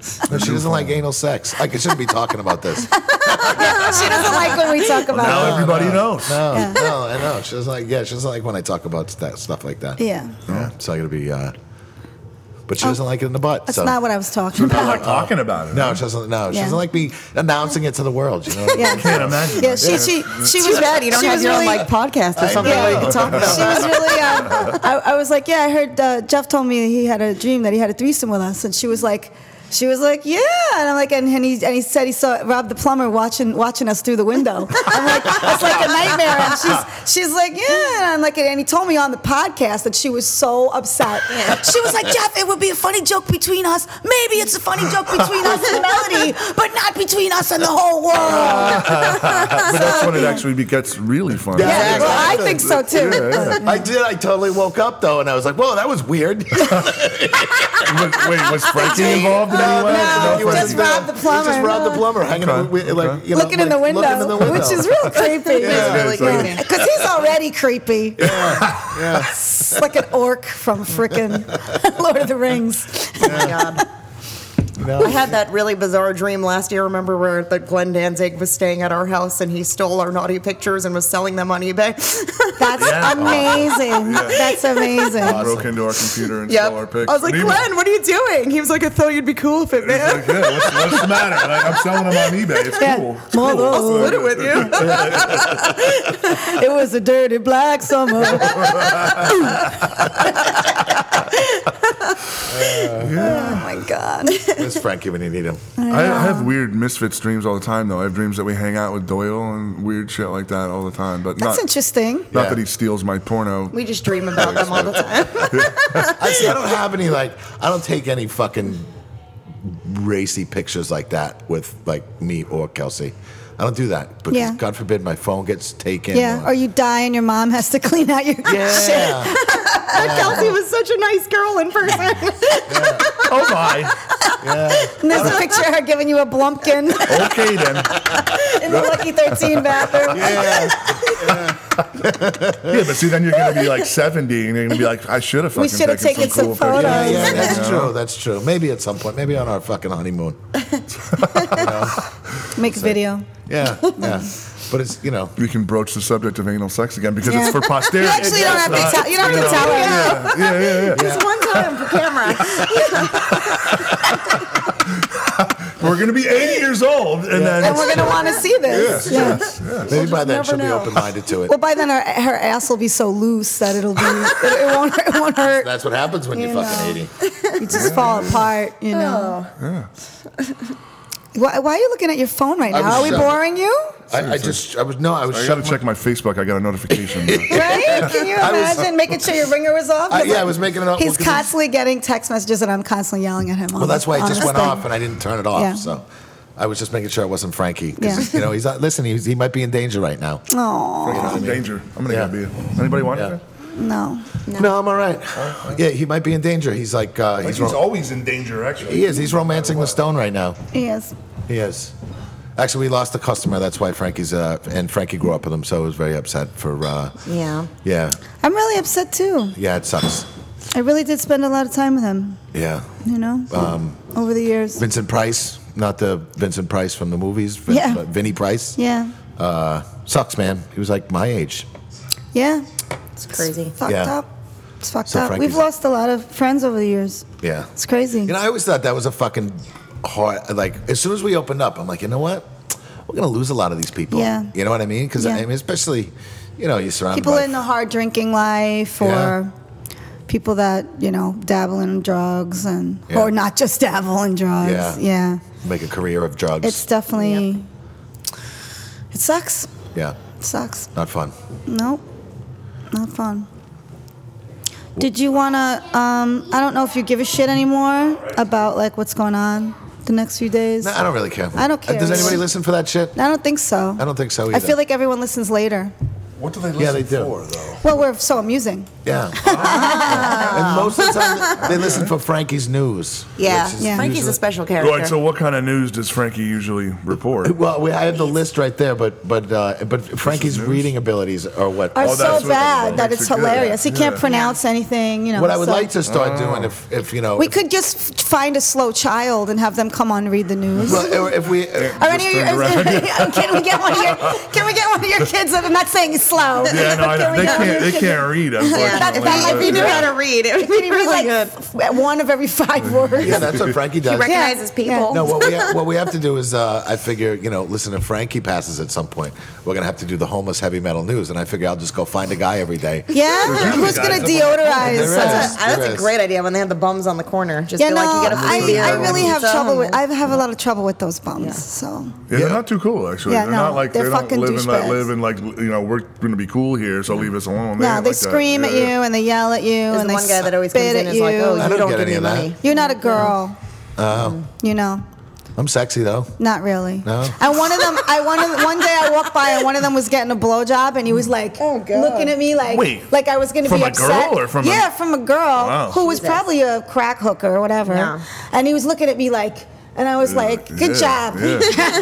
Speaker 1: She doesn't like anal sex. Like, I shouldn't be talking about this.
Speaker 2: she doesn't like when we talk about
Speaker 3: Now
Speaker 2: it.
Speaker 3: everybody knows.
Speaker 1: uh, No,
Speaker 2: Yeah.
Speaker 1: no, I know. She doesn't like. Yeah, she doesn't like when I talk about that stuff like that.
Speaker 2: Yeah. Oh,
Speaker 1: Yeah. So I gotta be. uh But she doesn't like it in the butt.
Speaker 2: That's
Speaker 1: so.
Speaker 2: not what I was talking
Speaker 3: I like
Speaker 2: about.
Speaker 3: talking about it.
Speaker 1: No, she doesn't. No, she
Speaker 2: Yeah.
Speaker 1: doesn't like me announcing it to the world. You know. what I mean?
Speaker 2: Yeah.
Speaker 3: Can't imagine.
Speaker 2: Yeah, she, she, she was
Speaker 4: Bad. You don't
Speaker 2: she
Speaker 4: have
Speaker 2: was
Speaker 4: your
Speaker 2: really,
Speaker 4: own like podcast or something
Speaker 1: know.
Speaker 4: where you can talk about.
Speaker 2: She was really. Um, I, I was like, yeah, I heard uh, Jeff told me he had a dream that he had a threesome with us, and she was like, she was like, yeah, and I'm like, and, and he and he said he saw Rob the plumber watching watching us through the window. I'm like, that's like a nightmare. And she's she's like, yeah, and I'm like, and he told me on the podcast that she was so upset. She was like, Jeff, it would be a funny joke between us. Maybe it's a funny joke between us and Melody, but not between us and the whole world.
Speaker 3: But that's when it actually be- gets really fun.
Speaker 1: Yeah.
Speaker 2: Yeah, well, I think so too.
Speaker 1: I did. I totally woke up though, and I was like, "Whoa, that was weird."
Speaker 3: Wait, wait, was Frankie involved in any way?
Speaker 2: Oh, no, you
Speaker 3: Frankie.
Speaker 2: just robbed the plumber.
Speaker 1: Just robbed the plumber, hanging out
Speaker 3: Okay.
Speaker 1: with- like, you know,
Speaker 2: looking, in the
Speaker 1: like,
Speaker 2: window,
Speaker 1: looking in the window,
Speaker 2: which is real creepy.
Speaker 1: Yeah,
Speaker 4: really
Speaker 3: it's like-
Speaker 4: creepy.
Speaker 2: Because he's already creepy.
Speaker 1: yeah.
Speaker 2: It's like an orc from frickin' Lord of the Rings.
Speaker 4: Oh my god.
Speaker 1: know.
Speaker 4: I had that really bizarre dream last year. Remember where that Glenn Danzig was staying at our house and he stole our naughty pictures and was selling them on eBay.
Speaker 2: That's
Speaker 1: Yeah.
Speaker 2: amazing. That's amazing.
Speaker 3: Broke into our computer and
Speaker 4: yep.
Speaker 3: stole our pics.
Speaker 4: I was like,
Speaker 3: And he
Speaker 4: Glenn, what are you doing? He was like, I thought you'd be cool with it,
Speaker 3: He's
Speaker 4: man.
Speaker 3: like, yeah, what's, what's the matter? Like, I'm selling them on eBay. It's
Speaker 2: Yeah.
Speaker 3: cool. It's
Speaker 2: More
Speaker 3: cool.
Speaker 2: of those.
Speaker 4: Split it with you.
Speaker 2: It was a dirty black summer.
Speaker 4: oh my god.
Speaker 1: Miss Frankie when you need him.
Speaker 3: I, I have weird misfits dreams all the time, though. I have dreams that we hang out with Doyle and weird shit like that all the time. But
Speaker 2: That's
Speaker 3: not,
Speaker 2: interesting.
Speaker 3: not
Speaker 1: Yeah.
Speaker 3: that he steals my porno.
Speaker 4: We just dream about them all the time.
Speaker 1: I see. I don't have any like. I don't take any fucking racy pictures like that with like me or Kelsey. I don't do that because
Speaker 2: Yeah.
Speaker 1: God forbid my phone gets taken.
Speaker 2: Yeah. Or you die and your mom has to clean out your shit.
Speaker 1: yeah.
Speaker 4: Kelsey was such a nice girl in person.
Speaker 1: oh my. Yeah.
Speaker 2: And there's a picture of her giving you a blumpkin
Speaker 1: Okay then.
Speaker 2: in the Lucky 13 bathroom.
Speaker 1: Yeah.
Speaker 3: Yeah, but see, then you're gonna be like 70, and you're gonna be like, I should have
Speaker 2: We
Speaker 3: fucking
Speaker 2: should have
Speaker 3: taken,
Speaker 2: taken
Speaker 3: some,
Speaker 2: some
Speaker 3: cool
Speaker 2: photos.
Speaker 1: Yeah,
Speaker 3: pictures.
Speaker 1: yeah, that's
Speaker 3: You know?
Speaker 1: true. That's true. Maybe at some point. Maybe on our fucking honeymoon.
Speaker 2: Make a video.
Speaker 1: Yeah, yeah. But it's you know.
Speaker 3: We can broach the subject of anal sex again because
Speaker 2: Yeah.
Speaker 3: it's for posterity.
Speaker 2: You actually don't have to tell. You don't have to tell her.
Speaker 3: yeah, yeah, yeah, yeah.
Speaker 4: Just one time for camera.
Speaker 3: We're gonna be 80 years old, and
Speaker 2: And
Speaker 3: then
Speaker 2: we're gonna want to see this. Yeah.
Speaker 1: Maybe by then
Speaker 4: never
Speaker 1: she'll be
Speaker 4: know.
Speaker 1: open-minded to it.
Speaker 2: Well, by then her, her ass will be so loose that it'll be it, it won't it won't hurt.
Speaker 1: That's what happens when you're
Speaker 2: You
Speaker 1: fucking eighty.
Speaker 2: You just fall apart. You know. Why, why are you looking at your phone right
Speaker 1: I
Speaker 2: now?
Speaker 1: was
Speaker 2: Are we
Speaker 1: shocked.
Speaker 2: boring you?
Speaker 1: I, I just, I was no, I was
Speaker 3: I
Speaker 1: shut
Speaker 3: gotta check my Facebook. I got a notification.
Speaker 2: Right? Can you
Speaker 1: was-
Speaker 2: imagine making sure your ringer was off?
Speaker 1: I- yeah, I was making it up. Well,
Speaker 2: He's
Speaker 1: 'cause
Speaker 2: constantly getting text messages, and I'm constantly yelling at him.
Speaker 1: Well, that's why it just went off, and
Speaker 2: And
Speaker 1: I didn't turn it off.
Speaker 2: Yeah.
Speaker 1: So I was just making sure it wasn't Frankie. 'cause,
Speaker 2: Yeah. Oh.
Speaker 1: You know, he's not. Listen, he's, he might be in danger right now.
Speaker 3: It's in danger. I'm gonna
Speaker 1: Yeah.
Speaker 3: get you. Anybody want
Speaker 1: Yeah.
Speaker 3: it?
Speaker 2: no,
Speaker 1: No, I'm all right. Yeah, he might be in danger. He's like, uh, he's, ro-
Speaker 3: always in danger, actually.
Speaker 1: he is. He's romancing the stone right now.
Speaker 2: he is.
Speaker 1: He is. Actually, we lost a customer. That's why Frankie's uh, and Frankie grew up with him, so I was very upset for. Uh,
Speaker 4: Yeah.
Speaker 1: yeah,
Speaker 2: I'm really upset too.
Speaker 1: yeah, it sucks.
Speaker 2: I really did spend a lot of time with him.
Speaker 1: Yeah,
Speaker 2: You know,
Speaker 1: Um,
Speaker 2: over the years.
Speaker 1: Vincent Price, not the Vincent Price from the movies, Vin,
Speaker 2: Yeah.
Speaker 1: but Vinny Price.
Speaker 2: yeah,
Speaker 1: Uh, sucks, man. He was like my age.
Speaker 2: yeah.
Speaker 4: It's crazy.
Speaker 2: Fucked
Speaker 1: Yeah.
Speaker 2: up. It's fucked
Speaker 1: So
Speaker 2: up.
Speaker 1: Frankie's-
Speaker 2: We've lost a lot of friends over the years.
Speaker 1: Yeah.
Speaker 2: It's crazy.
Speaker 1: You know, I always thought that was a fucking hard. Like, as soon as we opened up, I'm like, you know what? We're gonna lose a lot of these people.
Speaker 2: Yeah.
Speaker 1: You know what I mean? Because
Speaker 2: Yeah.
Speaker 1: I mean, especially, you know, you're surrounded
Speaker 2: people
Speaker 1: by
Speaker 2: in the hard drinking life or
Speaker 1: Yeah.
Speaker 2: people that you know dabble in drugs and
Speaker 1: Yeah.
Speaker 2: or not just dabble in drugs
Speaker 1: Yeah.
Speaker 2: yeah,
Speaker 1: make a career of drugs.
Speaker 2: it's definitely it sucks
Speaker 1: yeah,
Speaker 2: it sucks
Speaker 1: not fun.
Speaker 2: nope not fun did you want to um, i don't know if you give a shit anymore about like what's going on the next few days
Speaker 1: No, I don't really care.
Speaker 2: I don't
Speaker 1: Uh, Does
Speaker 2: care.
Speaker 1: anybody listen for that shit?
Speaker 2: I don't think so
Speaker 1: I don't think so
Speaker 2: i
Speaker 1: either.
Speaker 2: feel like everyone listens later
Speaker 3: What do they listen
Speaker 1: Yeah, they do.
Speaker 3: for, though?
Speaker 2: well we're so amusing
Speaker 1: Yeah. and most of the time, they listen for Frankie's news.
Speaker 4: Yeah.
Speaker 1: which is
Speaker 2: Yeah.
Speaker 4: Frankie's
Speaker 1: usually-
Speaker 4: a special
Speaker 3: Right.
Speaker 4: character.
Speaker 3: so what kind of news does Frankie usually report?
Speaker 1: Well, we, I had the list right there, but but uh, but Frankie's
Speaker 3: news?
Speaker 1: reading abilities are what
Speaker 2: are
Speaker 3: Oh, that's
Speaker 2: so
Speaker 3: what-
Speaker 2: bad that
Speaker 3: makes
Speaker 2: it's
Speaker 3: it good.
Speaker 2: hilarious. He can't
Speaker 3: Yeah.
Speaker 2: pronounce anything. You know.
Speaker 1: what I would
Speaker 2: so-
Speaker 1: like to start doing if if you know
Speaker 2: We
Speaker 1: if-
Speaker 2: could just f- find a slow child and have them come on and read the news.
Speaker 1: well, or if we
Speaker 2: Are any of your,
Speaker 3: turn around.
Speaker 2: can we get one of your Can we get one of your kids? that- I'm not saying he's slow.
Speaker 3: Yeah, no, I,
Speaker 2: Can we
Speaker 3: they
Speaker 2: get one of
Speaker 3: can't.
Speaker 2: your
Speaker 3: They
Speaker 2: kids-
Speaker 3: can't read.
Speaker 2: that-
Speaker 3: Unfortunately,
Speaker 2: that might
Speaker 4: if
Speaker 2: be
Speaker 4: you knew
Speaker 2: Yeah.
Speaker 4: how to read, it would
Speaker 2: Can
Speaker 4: be
Speaker 2: he read
Speaker 4: really
Speaker 2: like
Speaker 4: good.
Speaker 2: f- f- one of every five words?
Speaker 1: yeah, that's what Frankie does.
Speaker 2: Yeah,
Speaker 4: recognizes people.
Speaker 1: No, what we, ha- what we have to do is, uh, I figure, you know, listen, if Frankie passes at some point, we're going to have to do the homeless heavy metal news. And I figure I'll just go find a guy every day.
Speaker 2: Yeah? who's gonna deodorize?
Speaker 1: There is.
Speaker 2: us?
Speaker 4: That's, a, that's a great idea when they had the bums on the corner. Just
Speaker 2: Yeah,
Speaker 4: be
Speaker 2: no,
Speaker 4: like, you gotta
Speaker 2: I,
Speaker 4: feed
Speaker 2: I
Speaker 4: them.
Speaker 2: really have
Speaker 4: So-
Speaker 2: trouble with. I have a lot of trouble with those bums.
Speaker 4: Yeah.
Speaker 2: So
Speaker 3: yeah, they're not too cool. Actually,
Speaker 2: Yeah,
Speaker 3: they're
Speaker 2: no,
Speaker 3: not like
Speaker 2: they're
Speaker 3: they don't
Speaker 2: fucking
Speaker 3: live and let
Speaker 2: douchebags.
Speaker 3: live and like you know we're going to be cool here, so leave us alone.
Speaker 2: no,
Speaker 3: ain't
Speaker 1: uh,
Speaker 2: they
Speaker 3: like that.
Speaker 2: scream at
Speaker 3: Yeah.
Speaker 2: you and they yell at you
Speaker 4: There's
Speaker 2: Oh, and
Speaker 4: the
Speaker 2: they
Speaker 4: one guy that always
Speaker 2: spit
Speaker 4: comes in and
Speaker 2: at
Speaker 4: is like, oh,
Speaker 1: I
Speaker 4: you
Speaker 1: don't Oh.
Speaker 4: don't,
Speaker 1: get
Speaker 4: give
Speaker 1: any
Speaker 4: me
Speaker 1: of that.
Speaker 4: money.
Speaker 2: You're not a girl. You know,
Speaker 1: I'm sexy, though.
Speaker 2: not really.
Speaker 1: No?
Speaker 2: And one of them, I one of, one day I walked by and one of them was getting a blowjob and he was like
Speaker 4: Oh, God.
Speaker 2: looking at me like
Speaker 3: Wait.
Speaker 2: like I was going to
Speaker 3: From
Speaker 2: be
Speaker 3: a girl
Speaker 2: upset.
Speaker 3: or from a-
Speaker 2: yeah, from a girl
Speaker 3: Wow.
Speaker 2: who was probably a crack hooker or whatever.
Speaker 4: No.
Speaker 2: And he was looking at me like. And I was like, good
Speaker 3: Yeah,
Speaker 2: job.
Speaker 3: yeah.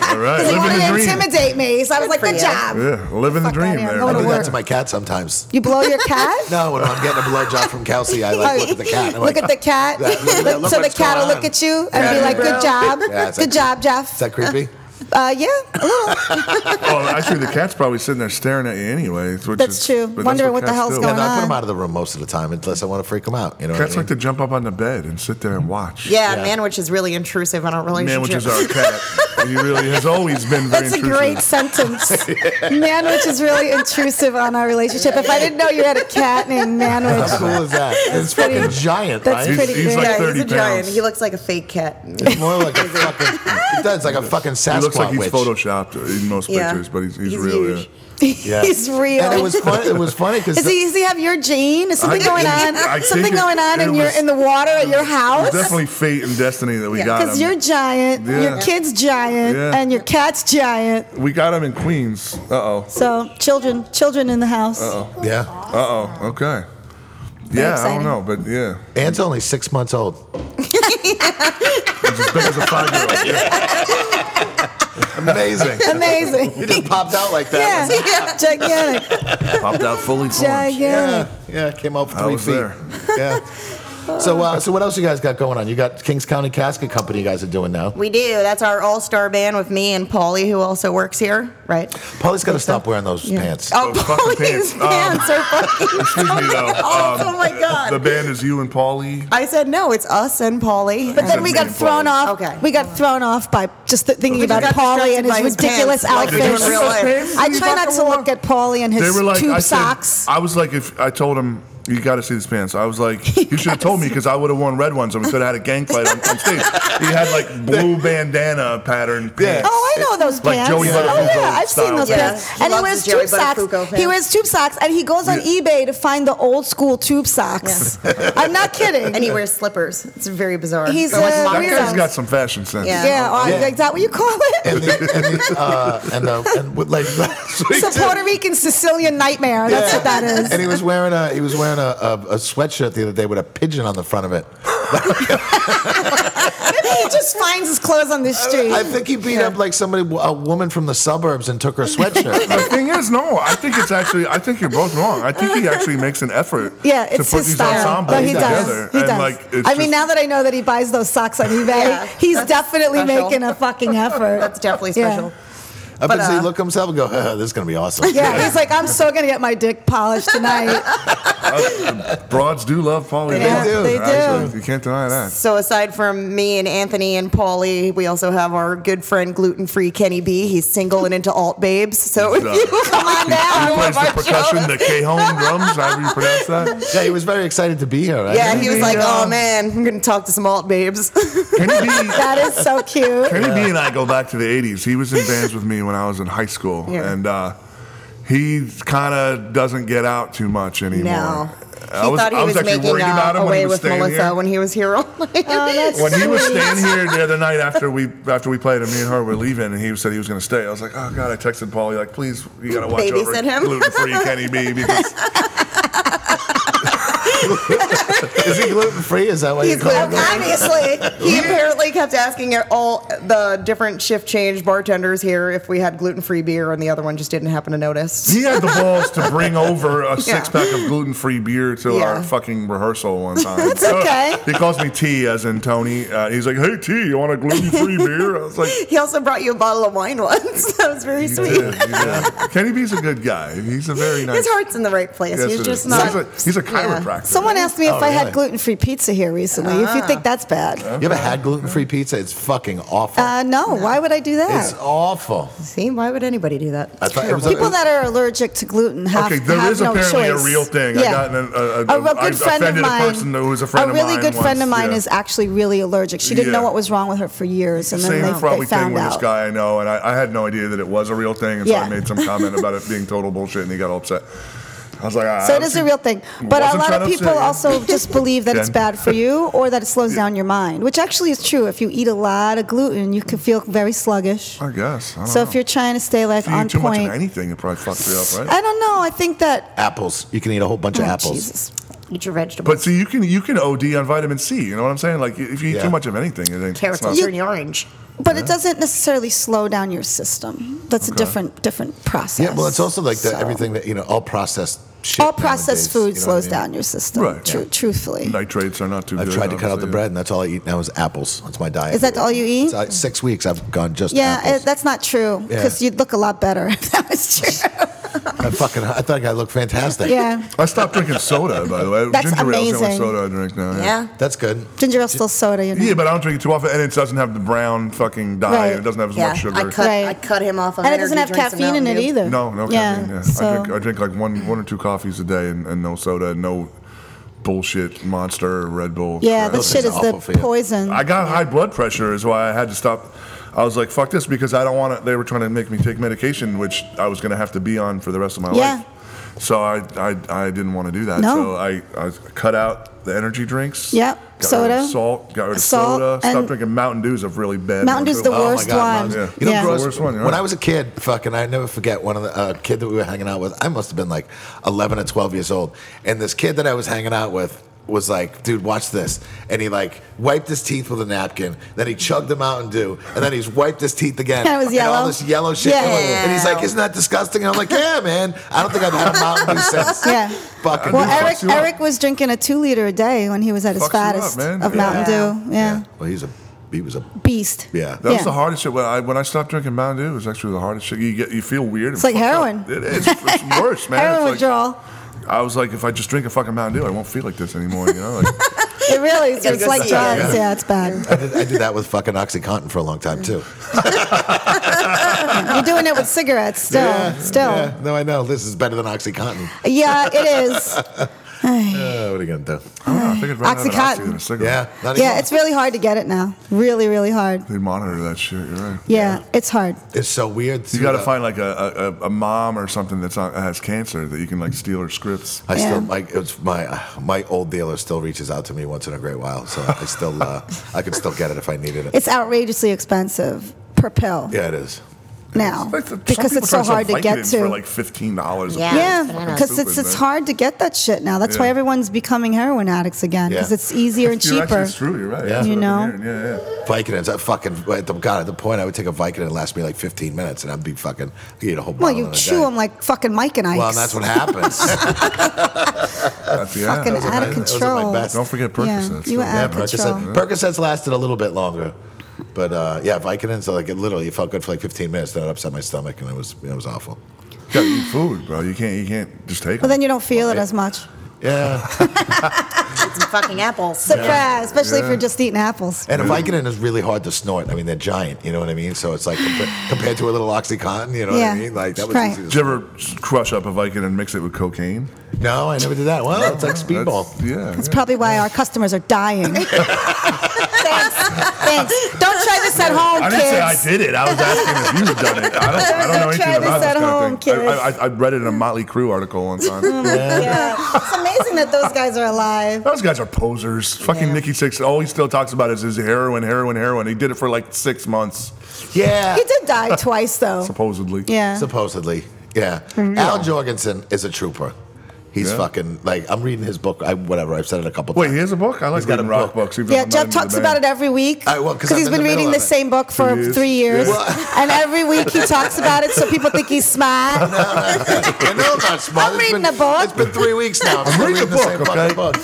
Speaker 3: All right.
Speaker 2: Because he
Speaker 3: Living
Speaker 2: wanted
Speaker 3: the
Speaker 2: to
Speaker 3: dream.
Speaker 2: intimidate me. So I was like,
Speaker 4: for
Speaker 2: good
Speaker 4: you.
Speaker 2: job.
Speaker 3: Yeah, living
Speaker 2: Fuck
Speaker 3: the
Speaker 2: outta
Speaker 3: dream
Speaker 2: here.
Speaker 3: there.
Speaker 2: I'm going
Speaker 1: I
Speaker 2: to
Speaker 1: do
Speaker 2: work.
Speaker 1: that to my cat sometimes.
Speaker 2: You blow your cat?
Speaker 1: No, when I'm getting a blowjob from Kelsey, I like look at the cat. I'm
Speaker 2: Look
Speaker 1: like,
Speaker 2: at the cat.
Speaker 1: "That- look at that, look
Speaker 2: so the
Speaker 1: what's
Speaker 2: cat will
Speaker 1: going on."
Speaker 2: look at you and
Speaker 1: Yeah,
Speaker 2: be
Speaker 1: yeah,
Speaker 2: like,
Speaker 1: yeah.
Speaker 2: good job.
Speaker 1: Yeah, it's
Speaker 2: good
Speaker 1: like-
Speaker 2: job, Jeff.
Speaker 1: Is that creepy?
Speaker 2: Uh, yeah, a little.
Speaker 3: Oh, actually, the cat's probably sitting there staring at you anyway. Which
Speaker 2: That's
Speaker 3: is,
Speaker 2: true.
Speaker 3: but that's
Speaker 2: Wondering
Speaker 3: what
Speaker 2: what the
Speaker 3: cats
Speaker 2: hell's
Speaker 3: do.
Speaker 1: Yeah,
Speaker 2: going
Speaker 1: no, I put
Speaker 2: on.
Speaker 1: him out of the room most of the time unless I want to freak him out. You know, what I
Speaker 3: Cats like
Speaker 1: mean?
Speaker 3: to jump up on the bed and sit there and watch.
Speaker 4: Yeah,
Speaker 1: Yeah.
Speaker 4: man, which is really intrusive in our
Speaker 3: Man,
Speaker 4: relationship.
Speaker 3: which is our cat. he really has always been very
Speaker 2: That's a
Speaker 3: intrusive.
Speaker 2: great sentence. Manwich is really intrusive on our relationship. If I didn't know you had a cat named
Speaker 1: How
Speaker 2: Manwich,
Speaker 1: cool is that? It's
Speaker 2: pretty-
Speaker 1: fucking giant, right?
Speaker 2: that's
Speaker 3: He's,
Speaker 2: pretty
Speaker 3: he's
Speaker 2: big.
Speaker 3: like
Speaker 4: yeah,
Speaker 3: 30
Speaker 4: he's a
Speaker 3: pounds.
Speaker 4: giant. He looks like a fake cat.
Speaker 1: It's more like a fucking. It does like a fucking
Speaker 3: He
Speaker 1: Sasquatch
Speaker 3: looks like he's
Speaker 1: witch.
Speaker 3: photoshopped in most
Speaker 4: Yeah.
Speaker 3: pictures, but he's, he's,
Speaker 4: He's
Speaker 3: real.
Speaker 4: huge.
Speaker 3: yeah.
Speaker 1: Yeah.
Speaker 2: he's real.
Speaker 1: And it was funny. It was funny because
Speaker 2: Is he, does he have your gene? Is something
Speaker 3: I-
Speaker 2: going
Speaker 3: I
Speaker 2: on?
Speaker 3: think
Speaker 2: something
Speaker 3: it-
Speaker 2: going on
Speaker 3: it
Speaker 2: in your
Speaker 3: was-
Speaker 2: in the water at your house?
Speaker 3: Definitely fate and destiny that we
Speaker 4: Yeah.
Speaker 3: got him.
Speaker 2: Because you're giant, your
Speaker 3: Yeah.
Speaker 2: kid's giant,
Speaker 3: Yeah.
Speaker 2: and your cat's giant.
Speaker 3: we got him in Queens. Uh oh.
Speaker 2: So children, children in the house.
Speaker 1: yeah,
Speaker 3: Uh oh. Okay. Yeah, I
Speaker 2: exciting.
Speaker 3: don't know, but yeah.
Speaker 1: Anne's only six months old.
Speaker 3: It's as big as a five year old.
Speaker 1: Amazing.
Speaker 2: Amazing.
Speaker 1: You just popped out like that.
Speaker 2: Yeah. gigantic,
Speaker 3: Popped out fully formed.
Speaker 2: gigantic.
Speaker 1: yeah, yeah. Came out for
Speaker 3: I
Speaker 1: three
Speaker 3: was
Speaker 1: feet.
Speaker 3: there.
Speaker 1: Yeah. So, uh, so what else you guys got going on? You got Kings County Casket Company. You guys are doing now.
Speaker 4: We do. That's our all star band with me and Paulie, who also works here, right?
Speaker 1: Paulie's got to stop wearing those pants.
Speaker 4: Oh,
Speaker 3: Those fucking
Speaker 4: Paulie's
Speaker 3: pants. Um,
Speaker 4: pants are fucking.
Speaker 3: Excuse me, though.
Speaker 4: Oh,
Speaker 3: Um,
Speaker 4: my God.
Speaker 3: The band is you and Paulie.
Speaker 4: I said no. It's us and Paulie.
Speaker 2: But then we got thrown off.
Speaker 4: Okay.
Speaker 2: We got thrown off by just th- thinking
Speaker 4: We just
Speaker 2: about
Speaker 4: got
Speaker 2: Paulie and
Speaker 4: distracted
Speaker 2: his
Speaker 4: by his
Speaker 2: ridiculous
Speaker 4: pants, like they do in
Speaker 2: outfits.
Speaker 4: real life.
Speaker 2: I try not to look at Paulie and
Speaker 3: They
Speaker 2: his
Speaker 3: were like,
Speaker 2: tube
Speaker 3: I said,
Speaker 2: socks.
Speaker 3: I was like, if I told him, you got to see these pants. I was like, you should have told me because I would have worn red ones and we could have had a gang fight on, on stage. He had like blue bandana pattern pants.
Speaker 2: Oh, I know those
Speaker 3: Like
Speaker 2: pants.
Speaker 3: Joey
Speaker 2: oh
Speaker 3: Buttafuoco
Speaker 2: yeah, I've seen
Speaker 3: style
Speaker 2: those
Speaker 4: pants.
Speaker 2: pants.
Speaker 4: Yeah.
Speaker 2: And he
Speaker 4: Loves
Speaker 2: wears
Speaker 4: the Joey
Speaker 2: tube socks.
Speaker 4: Buttafuoco
Speaker 2: He
Speaker 4: pants.
Speaker 2: wears tube socks, and he goes on
Speaker 3: Yeah.
Speaker 2: eBay to find the old school tube socks. I'm not kidding.
Speaker 4: And he wears slippers. It's very bizarre.
Speaker 2: He's
Speaker 4: They're like
Speaker 2: a
Speaker 4: moccasins.
Speaker 3: That guy's
Speaker 2: weirdos.
Speaker 3: got some fashion sense.
Speaker 4: Yeah.
Speaker 2: yeah, oh,
Speaker 1: Yeah.
Speaker 2: is that what you call it?
Speaker 1: And the, and the, uh, and the, and with like last week,
Speaker 2: It's a
Speaker 1: too.
Speaker 2: Puerto Rican Sicilian nightmare. That's what that is.
Speaker 1: And he was wearing a he was wearing a, a, a sweatshirt the other day with a pigeon on the front of it.
Speaker 2: He just finds his clothes on the street.
Speaker 1: I think he beat up like somebody a woman from the suburbs and took her sweatshirt.
Speaker 3: The thing is, no, I think it's actually, I think you're both wrong. I think he actually makes an effort
Speaker 2: Yeah,
Speaker 3: to
Speaker 2: it's
Speaker 3: put
Speaker 2: his
Speaker 3: these
Speaker 2: style.
Speaker 3: ensembles
Speaker 2: No, he does.
Speaker 3: together.
Speaker 2: He
Speaker 3: and
Speaker 2: does.
Speaker 3: like,
Speaker 2: I
Speaker 3: it's
Speaker 2: mean,
Speaker 3: just-
Speaker 2: now that I know that he buys those socks on eBay,
Speaker 4: Yeah,
Speaker 2: he's
Speaker 4: that's
Speaker 2: definitely
Speaker 4: special.
Speaker 2: making a fucking effort.
Speaker 4: That's definitely
Speaker 2: Yeah.
Speaker 4: special.
Speaker 1: Up
Speaker 4: But,
Speaker 1: until he
Speaker 4: uh,
Speaker 1: looked himself and go, "Huh, this is gonna be awesome.
Speaker 2: Yeah, he's like, I'm so gonna get my dick polished tonight.
Speaker 3: uh, Broads do love Paulie.
Speaker 2: Yeah,
Speaker 1: they do.
Speaker 2: they do.
Speaker 3: You can't deny that.
Speaker 4: So aside from me and Anthony and Paulie, we also have our good friend gluten free Kenny B. He's single and into alt babes. So if
Speaker 3: He's, uh,
Speaker 4: you come on down,
Speaker 3: He
Speaker 4: one
Speaker 3: plays
Speaker 4: of
Speaker 3: the
Speaker 4: our
Speaker 3: percussion,
Speaker 4: shows-
Speaker 3: the Cajon drums, however you pronounce that.
Speaker 1: yeah, he was very excited to be here. Right?
Speaker 4: yeah, he was like,
Speaker 3: Yeah.
Speaker 4: "Oh man, I'm gonna talk to some alt babes."
Speaker 3: Kenny B,
Speaker 2: That is so cute.
Speaker 3: Kenny B and I go back to the 80s. He was in bands with me when I was in high school.
Speaker 4: Yeah.
Speaker 3: And uh, he kind of doesn't get out too much anymore.
Speaker 4: no,
Speaker 3: I
Speaker 4: he
Speaker 3: was,
Speaker 4: thought he
Speaker 3: I
Speaker 4: was,
Speaker 3: was, actually
Speaker 4: making
Speaker 3: worried about
Speaker 4: uh,
Speaker 3: him when he
Speaker 4: away
Speaker 3: was
Speaker 4: with
Speaker 3: staying
Speaker 4: Melissa
Speaker 3: here.
Speaker 4: when he was here all night.
Speaker 2: Oh, that's
Speaker 3: When he was
Speaker 2: sweet.
Speaker 3: staying here the other night after we after we played and me and her were leaving and he said he was going to stay, I was like, oh god! I texted Paulie like, please, you got to watch over
Speaker 4: Babysit him.
Speaker 3: gluten free Kenny B because
Speaker 1: is he gluten free? Is that why you
Speaker 4: He's
Speaker 1: call
Speaker 4: like,
Speaker 1: him?
Speaker 4: obviously, he apparently kept asking at all the different shift change bartenders here if we had gluten free beer, and the other one just didn't happen to notice.
Speaker 3: he had the balls to bring over a six pack of gluten free beer to
Speaker 4: Yeah.
Speaker 3: our fucking rehearsal one time. It's
Speaker 2: okay.
Speaker 3: he calls me T as in Tony. Uh, he's like, hey T, you want a gluten free beer? I was like.
Speaker 4: He also brought you a bottle of wine once. That was very
Speaker 3: "You
Speaker 4: sweet.
Speaker 3: did, you did." Kenny B's a good guy. He's a very nice.
Speaker 4: His heart's in the right place.
Speaker 3: Yes,
Speaker 4: He's
Speaker 3: it
Speaker 4: just
Speaker 3: is.
Speaker 4: not.
Speaker 3: He's a, he's a
Speaker 4: yeah.
Speaker 3: chiropractor.
Speaker 2: Someone asked me if
Speaker 1: Oh,
Speaker 2: I had
Speaker 1: really?
Speaker 2: gluten free pizza here recently, if you
Speaker 4: Ah.
Speaker 2: think that's bad.
Speaker 1: You ever had gluten free pizza? It's fucking awful.
Speaker 2: Uh, no, why would I do
Speaker 1: it's
Speaker 2: that?
Speaker 1: awful.
Speaker 4: See, why would anybody do that?
Speaker 1: I thought it was a-
Speaker 2: People that are allergic to gluten have,
Speaker 3: Okay, there
Speaker 2: have
Speaker 3: is
Speaker 2: no
Speaker 3: apparently
Speaker 2: choice.
Speaker 3: a real thing. I
Speaker 2: Yeah.
Speaker 3: got in a, a, a,
Speaker 2: A real
Speaker 3: I
Speaker 2: good friend of
Speaker 3: offended
Speaker 2: mine.
Speaker 3: a person who was a friend
Speaker 2: a really
Speaker 3: of mine.
Speaker 2: good friend of
Speaker 3: once,
Speaker 2: mine
Speaker 3: yeah.
Speaker 2: is actually really allergic. She didn't know
Speaker 3: Yeah.
Speaker 2: what was wrong with her for years, and then
Speaker 3: Same
Speaker 2: they,
Speaker 3: probably
Speaker 2: they found
Speaker 3: thing with
Speaker 2: out.
Speaker 3: this guy I know, and I, I had no idea that it was a real thing, and so
Speaker 2: Yeah.
Speaker 3: I made some comment about it being total bullshit, and he got all upset. I was like, ah,
Speaker 2: So it is a real thing. But a
Speaker 3: Wasn't
Speaker 2: lot
Speaker 3: trying
Speaker 2: of
Speaker 3: to
Speaker 2: people
Speaker 3: upset you.
Speaker 2: also just believe that it's
Speaker 3: Jen.
Speaker 2: bad for you or that it slows down your mind, which actually is true. If you eat a lot of gluten, you can feel very sluggish.
Speaker 3: I guess. I don't
Speaker 2: So
Speaker 3: know.
Speaker 2: if you're trying to stay like
Speaker 3: If you
Speaker 2: on
Speaker 3: eat too much
Speaker 2: point,
Speaker 3: of anything, it probably fucks you up, right?
Speaker 2: I don't know. I think that
Speaker 1: Apples. You can eat a whole bunch of
Speaker 2: oh,
Speaker 1: apples.
Speaker 2: Jesus.
Speaker 5: Eat your vegetables.
Speaker 3: But see, you can you can OD on vitamin C. You know what I'm saying? Like if you eat
Speaker 1: Yeah.
Speaker 3: too much of anything, it ain't,
Speaker 5: Carrots
Speaker 3: it's not-
Speaker 5: will turn you orange.
Speaker 2: But it doesn't necessarily slow down your system. That's a different different process.
Speaker 1: Yeah, well, it's also like the,
Speaker 2: So-
Speaker 1: everything that you know, all processed shit.
Speaker 2: All
Speaker 1: nowadays,
Speaker 2: processed food
Speaker 1: you know what I
Speaker 2: slows
Speaker 1: mean?
Speaker 2: down your system.
Speaker 3: Right.
Speaker 2: Tru-
Speaker 3: Yeah.
Speaker 2: Truthfully,
Speaker 3: nitrates are not too.
Speaker 1: I've
Speaker 3: good,
Speaker 1: tried to cut out the
Speaker 3: obviously.
Speaker 1: bread, and that's all I eat now is apples. That's my diet.
Speaker 2: Is that all you eat?
Speaker 1: It's, uh, six weeks, I've gone just
Speaker 2: yeah,
Speaker 1: apples.
Speaker 2: it, that's not true
Speaker 1: Yeah.
Speaker 2: because you'd look a lot better if that was true.
Speaker 1: I fucking, I think I look fantastic.
Speaker 2: yeah,
Speaker 3: I stopped drinking soda, by the way.
Speaker 2: That's
Speaker 3: Ginger ale's the only
Speaker 2: amazing.
Speaker 3: soda I drink now.
Speaker 5: Yeah.
Speaker 1: that's good.
Speaker 2: ginger ale still soda. You know.
Speaker 3: Yeah, but I don't drink it too often, and it doesn't have the brown fucking dye,
Speaker 2: Right.
Speaker 3: and it doesn't have as
Speaker 5: Yeah.
Speaker 3: much sugar.
Speaker 5: I cut
Speaker 2: Right.
Speaker 5: I cut him off of
Speaker 2: and it doesn't have
Speaker 5: energy drinks and
Speaker 2: caffeine in it
Speaker 5: Mountain Dew.
Speaker 2: either.
Speaker 3: No, no
Speaker 2: yeah,
Speaker 3: caffeine. Yeah,
Speaker 2: So
Speaker 3: I drink I drink like one one or two coffees a day, and, and no soda, no bullshit Monster or Red Bull.
Speaker 2: yeah,
Speaker 3: crap.
Speaker 2: that
Speaker 1: Those
Speaker 2: shit
Speaker 1: things
Speaker 2: is
Speaker 1: are
Speaker 2: the
Speaker 1: awful for you.
Speaker 2: poison.
Speaker 3: I got high blood pressure, is why I had to stop. I was like, "Fuck this," because I don't want to. They were trying to make me take medication, which I was going to have to be on for the rest of my
Speaker 2: Yeah.
Speaker 3: life. So I, I, I didn't want to do that.
Speaker 2: No.
Speaker 3: So I, I cut out the energy drinks.
Speaker 2: Yep.
Speaker 3: Got rid of
Speaker 2: Soda.
Speaker 3: salt. Got rid of
Speaker 2: Salt
Speaker 3: soda.
Speaker 2: and-
Speaker 3: Stopped drinking Mountain Dews. Of really bad.
Speaker 2: Mountain Dew's the
Speaker 3: Dew.
Speaker 1: Oh my
Speaker 2: Worst
Speaker 1: God,
Speaker 2: one.
Speaker 1: Mountain Dew. You know,
Speaker 2: Yeah.
Speaker 1: gross.
Speaker 3: Worst one, you're
Speaker 1: when
Speaker 3: right.
Speaker 1: I was a kid, fucking, I never forget one of the uh, kid that we were hanging out with. I must have been like 11 or 12 years old, and this kid that I was hanging out with was like, "Dude, watch this," and he like wiped his teeth with a napkin. Then he chugged the Mountain Dew, and then he's wiped his teeth again.
Speaker 2: And it was
Speaker 1: And all
Speaker 2: yellow?
Speaker 1: this yellow shit,
Speaker 2: Yeah.
Speaker 1: coming. and he's like, "Isn't that disgusting?" And I'm like, "Yeah, man. I don't think I've had a Mountain Dew since."
Speaker 2: Yeah.
Speaker 1: Fucking
Speaker 2: Well,
Speaker 3: It fucks
Speaker 2: Eric
Speaker 3: you up.
Speaker 2: Eric was drinking a two liter a day when he was at his
Speaker 3: Fucks you up,
Speaker 2: fattest
Speaker 3: man.
Speaker 2: of
Speaker 3: Yeah.
Speaker 2: Mountain Dew. Yeah,
Speaker 1: Well, he's a, he was a,
Speaker 2: beast.
Speaker 1: yeah.
Speaker 3: That was
Speaker 2: Yeah.
Speaker 3: the hardest shit. When I when I stopped drinking Mountain Dew, it was actually the hardest shit. You get you feel weird. It's
Speaker 2: like heroin.
Speaker 3: It is. It's worse, man.
Speaker 2: Heroin
Speaker 3: It's like-
Speaker 2: withdrawal.
Speaker 3: I was like, if I just drink a fucking Mountain Dew, I won't feel like this anymore. You know, like,
Speaker 2: It really is. It's
Speaker 5: go
Speaker 2: like
Speaker 5: see it.
Speaker 2: drugs. Yeah, it's bad.
Speaker 1: I did, I did that with fucking OxyContin for a long time too.
Speaker 2: You're doing it with cigarettes still. still.
Speaker 1: Yeah,
Speaker 2: Yeah.
Speaker 1: no, I know this is better than OxyContin.
Speaker 2: it is.
Speaker 1: Uh, what are you gonna do?
Speaker 3: I don't know. "Ah, I think I'd rather have an Oxy
Speaker 2: Oxycontin.
Speaker 3: than a cigarette.
Speaker 1: Yeah, not
Speaker 2: Yeah,
Speaker 1: even-
Speaker 2: it's really hard to get it now. Really, really hard.
Speaker 3: They monitor that shit. You're right.
Speaker 2: Yeah, it's hard.
Speaker 1: it's so weird. uh,
Speaker 3: You got to
Speaker 1: too,
Speaker 3: find like a, a, a- a mom or something that's not, has cancer that you can like steal her scripts.
Speaker 1: though. I
Speaker 2: Yeah.
Speaker 1: still like it's my uh, my old dealer still reaches out to me once in a great while, so I still uh, I could still get it if I needed it.
Speaker 2: It's outrageously expensive per pill
Speaker 1: yeah, it is.
Speaker 2: now
Speaker 3: Like, some
Speaker 2: because
Speaker 3: people
Speaker 2: it's so
Speaker 3: try to sell
Speaker 2: hard to get
Speaker 3: Vicodin
Speaker 2: to.
Speaker 3: For like fifteen dollars.
Speaker 5: Yeah.
Speaker 2: yeah,
Speaker 5: it's bananas.
Speaker 2: because it's it's hard to get that shit now. That's why
Speaker 3: Yeah.
Speaker 2: everyone's becoming heroin addicts again because
Speaker 1: Yeah.
Speaker 2: it's easier and
Speaker 3: You're
Speaker 2: cheaper.
Speaker 3: Actually, true. You're right.
Speaker 1: Yeah.
Speaker 3: That's
Speaker 2: You
Speaker 3: what I've
Speaker 2: know?
Speaker 3: been hearing. Yeah, yeah.
Speaker 1: Vicodin's. I fucking at the, God at the point I would take a Vicodin and last me like 15 minutes, and I'd be fucking I'd eat a whole.
Speaker 2: Well,
Speaker 1: bottle
Speaker 2: you
Speaker 1: in a
Speaker 2: chew
Speaker 1: day.
Speaker 2: them like fucking Mike and Ike.
Speaker 1: Well, and that's what happens.
Speaker 3: That's, yeah.
Speaker 2: fucking
Speaker 3: Those are
Speaker 2: out
Speaker 1: my-
Speaker 2: of
Speaker 1: those are my
Speaker 2: control.
Speaker 1: best.
Speaker 3: Don't forget
Speaker 2: Yeah,
Speaker 3: Percocets,
Speaker 2: you were
Speaker 3: too.
Speaker 2: out
Speaker 1: yeah,
Speaker 2: of control.
Speaker 1: Percocet, Percocets lasted a little bit longer, but uh, yeah, Vicodin's like it literally it felt good for like 15 minutes, then it upset my stomach, and it was it was awful.
Speaker 3: You gotta eat food, bro. You can't. You can't just take.
Speaker 2: Well,
Speaker 3: them.
Speaker 2: then you don't feel it as much.
Speaker 1: Yeah.
Speaker 5: Eat some fucking apples.
Speaker 2: Surprise, especially if you're just eating apples.
Speaker 1: And a Vicodin is really hard to snort. I mean, they're giant. You know what I mean? So it's like compa- compared to a little OxyContin. You know
Speaker 2: Yeah.
Speaker 1: what I mean? Like that was
Speaker 2: Right.
Speaker 1: easy.
Speaker 3: Did
Speaker 1: To
Speaker 3: you ever crush up a Viking and mix it with cocaine?
Speaker 1: no, I never did that. Well, it's like
Speaker 3: That's-
Speaker 1: speedball.
Speaker 3: Yeah.
Speaker 2: That's probably why our customers are dying. thanks, thanks. Don't try this at home,
Speaker 3: I
Speaker 2: kids.
Speaker 3: didn't say I did it. I was asking if you've done it. I don't, I don't know
Speaker 2: Don't try
Speaker 3: anything about
Speaker 2: this
Speaker 3: this
Speaker 2: at
Speaker 3: kind
Speaker 2: home,
Speaker 3: of thing. I, I,
Speaker 2: kids. Oh,
Speaker 3: I I read it in a Motley Crue article one time.
Speaker 2: Yeah. It's amazing that those guys are alive.
Speaker 3: Those guys are posers. Fucking
Speaker 5: Yeah.
Speaker 3: Nikki Six. All he still talks about is his heroin, heroin, heroin. He did it for like six months,
Speaker 1: Yeah.
Speaker 2: He did die twice, though.
Speaker 3: supposedly.
Speaker 2: Yeah.
Speaker 1: Supposedly. Yeah.
Speaker 2: Mm-hmm.
Speaker 1: Al Jorgensen is a trooper. He's
Speaker 3: Yeah.
Speaker 1: fucking like I'm reading his book. I whatever. I've said it a couple
Speaker 3: Wait, he
Speaker 1: times.
Speaker 3: has a book. I like
Speaker 1: got a
Speaker 3: reading rock
Speaker 1: book.
Speaker 3: books. even
Speaker 2: Yeah,
Speaker 3: if I'm not
Speaker 2: Jeff
Speaker 3: into the
Speaker 2: talks
Speaker 3: band.
Speaker 2: about it every week
Speaker 1: I- well, 'cause I'm
Speaker 2: he's
Speaker 1: in the
Speaker 2: been
Speaker 1: middle
Speaker 2: reading
Speaker 1: of
Speaker 2: the
Speaker 1: it.
Speaker 2: same book for
Speaker 3: years.
Speaker 2: three years,
Speaker 1: Well-
Speaker 2: and every week he talks about it, so people think he's smart.
Speaker 1: I know I'm not smart.
Speaker 2: I'm
Speaker 1: It's
Speaker 2: reading
Speaker 1: been-
Speaker 2: a book.
Speaker 1: It's been three weeks now. I'm
Speaker 3: reading
Speaker 1: reading
Speaker 3: the
Speaker 1: the same
Speaker 3: book,
Speaker 1: fucking
Speaker 3: okay?
Speaker 1: book.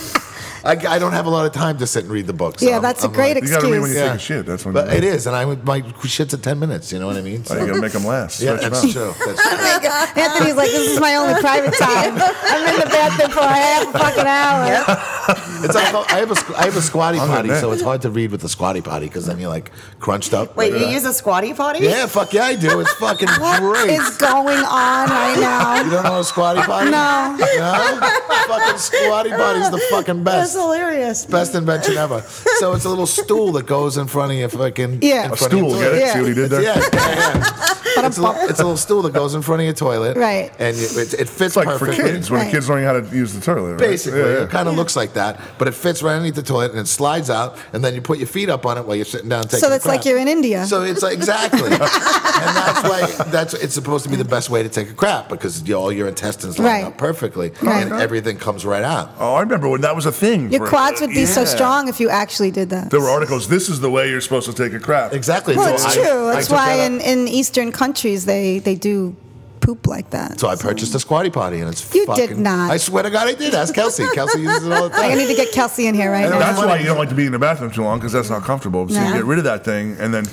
Speaker 1: I, I don't have a lot of time to sit and read the book. so
Speaker 2: Yeah,
Speaker 1: I'm-
Speaker 2: that's a
Speaker 1: I'm
Speaker 2: great
Speaker 1: like-
Speaker 3: You gotta read when you
Speaker 2: excuse.
Speaker 3: take a shit. That's when.
Speaker 1: But
Speaker 3: you
Speaker 1: it is, and I would my shit's at ten minutes. You know what I mean?
Speaker 3: Oh,
Speaker 1: So-
Speaker 3: you gotta make them last.
Speaker 1: yeah,
Speaker 3: Stretch 'em out.
Speaker 1: that's true. That's true.
Speaker 2: Anthony's like, "This is my only private time. I'm in the bathroom for a half a fucking hour."
Speaker 1: It's like, I have a squ- I have a squatty
Speaker 3: Other than
Speaker 1: potty,
Speaker 3: that.
Speaker 1: so it's hard to read with the squatty potty because then you're like crunched up.
Speaker 5: Wait,
Speaker 1: like
Speaker 5: you
Speaker 1: that.
Speaker 5: use a squatty potty?
Speaker 1: Yeah, fuck yeah, I do. It's fucking
Speaker 2: What
Speaker 1: great.
Speaker 2: is going on right
Speaker 1: you
Speaker 2: now?
Speaker 1: don't know what a squatty potty?
Speaker 2: No.
Speaker 1: No? fucking squatty potty's the fucking best.
Speaker 5: hilarious.
Speaker 1: Best invention ever. So it's a little stool that goes in front of your fucking
Speaker 2: Yeah.
Speaker 1: in
Speaker 3: A
Speaker 1: front of your
Speaker 3: stool. Get
Speaker 1: toilet.
Speaker 3: it?
Speaker 2: Yeah.
Speaker 3: See what he did there?
Speaker 1: Yeah, yeah, yeah. It's, a little, it's a little stool that goes in front of your toilet.
Speaker 2: Right.
Speaker 1: And you, it, it fits
Speaker 3: It's like for
Speaker 1: perfectly.
Speaker 3: kids when the
Speaker 2: Right.
Speaker 3: kids don't know how to use the toilet. Right?
Speaker 1: Basically,
Speaker 3: Yeah, yeah.
Speaker 1: it kind of looks like like that, but it fits right underneath the toilet and it slides out, and then you put your feet up on it while you're sitting down taking.
Speaker 2: So
Speaker 1: a
Speaker 2: that's like
Speaker 1: crap.
Speaker 2: you're in India.
Speaker 1: So it's like, exactly, and that's why that's it's supposed to be the best way to take a crap because you, all your intestines line
Speaker 2: Right.
Speaker 1: up perfectly
Speaker 2: Right.
Speaker 1: and everything comes right out.
Speaker 3: Oh, I remember when that was a thing.
Speaker 2: Your
Speaker 3: for-
Speaker 2: quads would be so
Speaker 3: Yeah.
Speaker 2: strong if you actually did that.
Speaker 3: There were articles. This is the way you're supposed to take a crap.
Speaker 1: Exactly.
Speaker 2: Well,
Speaker 1: So
Speaker 2: it's
Speaker 1: I-
Speaker 2: true.
Speaker 1: I
Speaker 2: That's
Speaker 1: took
Speaker 2: why
Speaker 1: that up.
Speaker 2: in, in Eastern countries they, they do poop like that.
Speaker 1: So I purchased a squatty potty, and it's
Speaker 2: You did
Speaker 1: fucking,
Speaker 2: not.
Speaker 1: I swear to God, I did. Ask Kelsey. Kelsey uses it all the time.
Speaker 2: Like, I need to get Kelsey in here right
Speaker 3: And
Speaker 2: now.
Speaker 3: that's why you don't like to be in the bathroom too long because that's not comfortable. So you
Speaker 2: No.
Speaker 3: get rid of that thing and then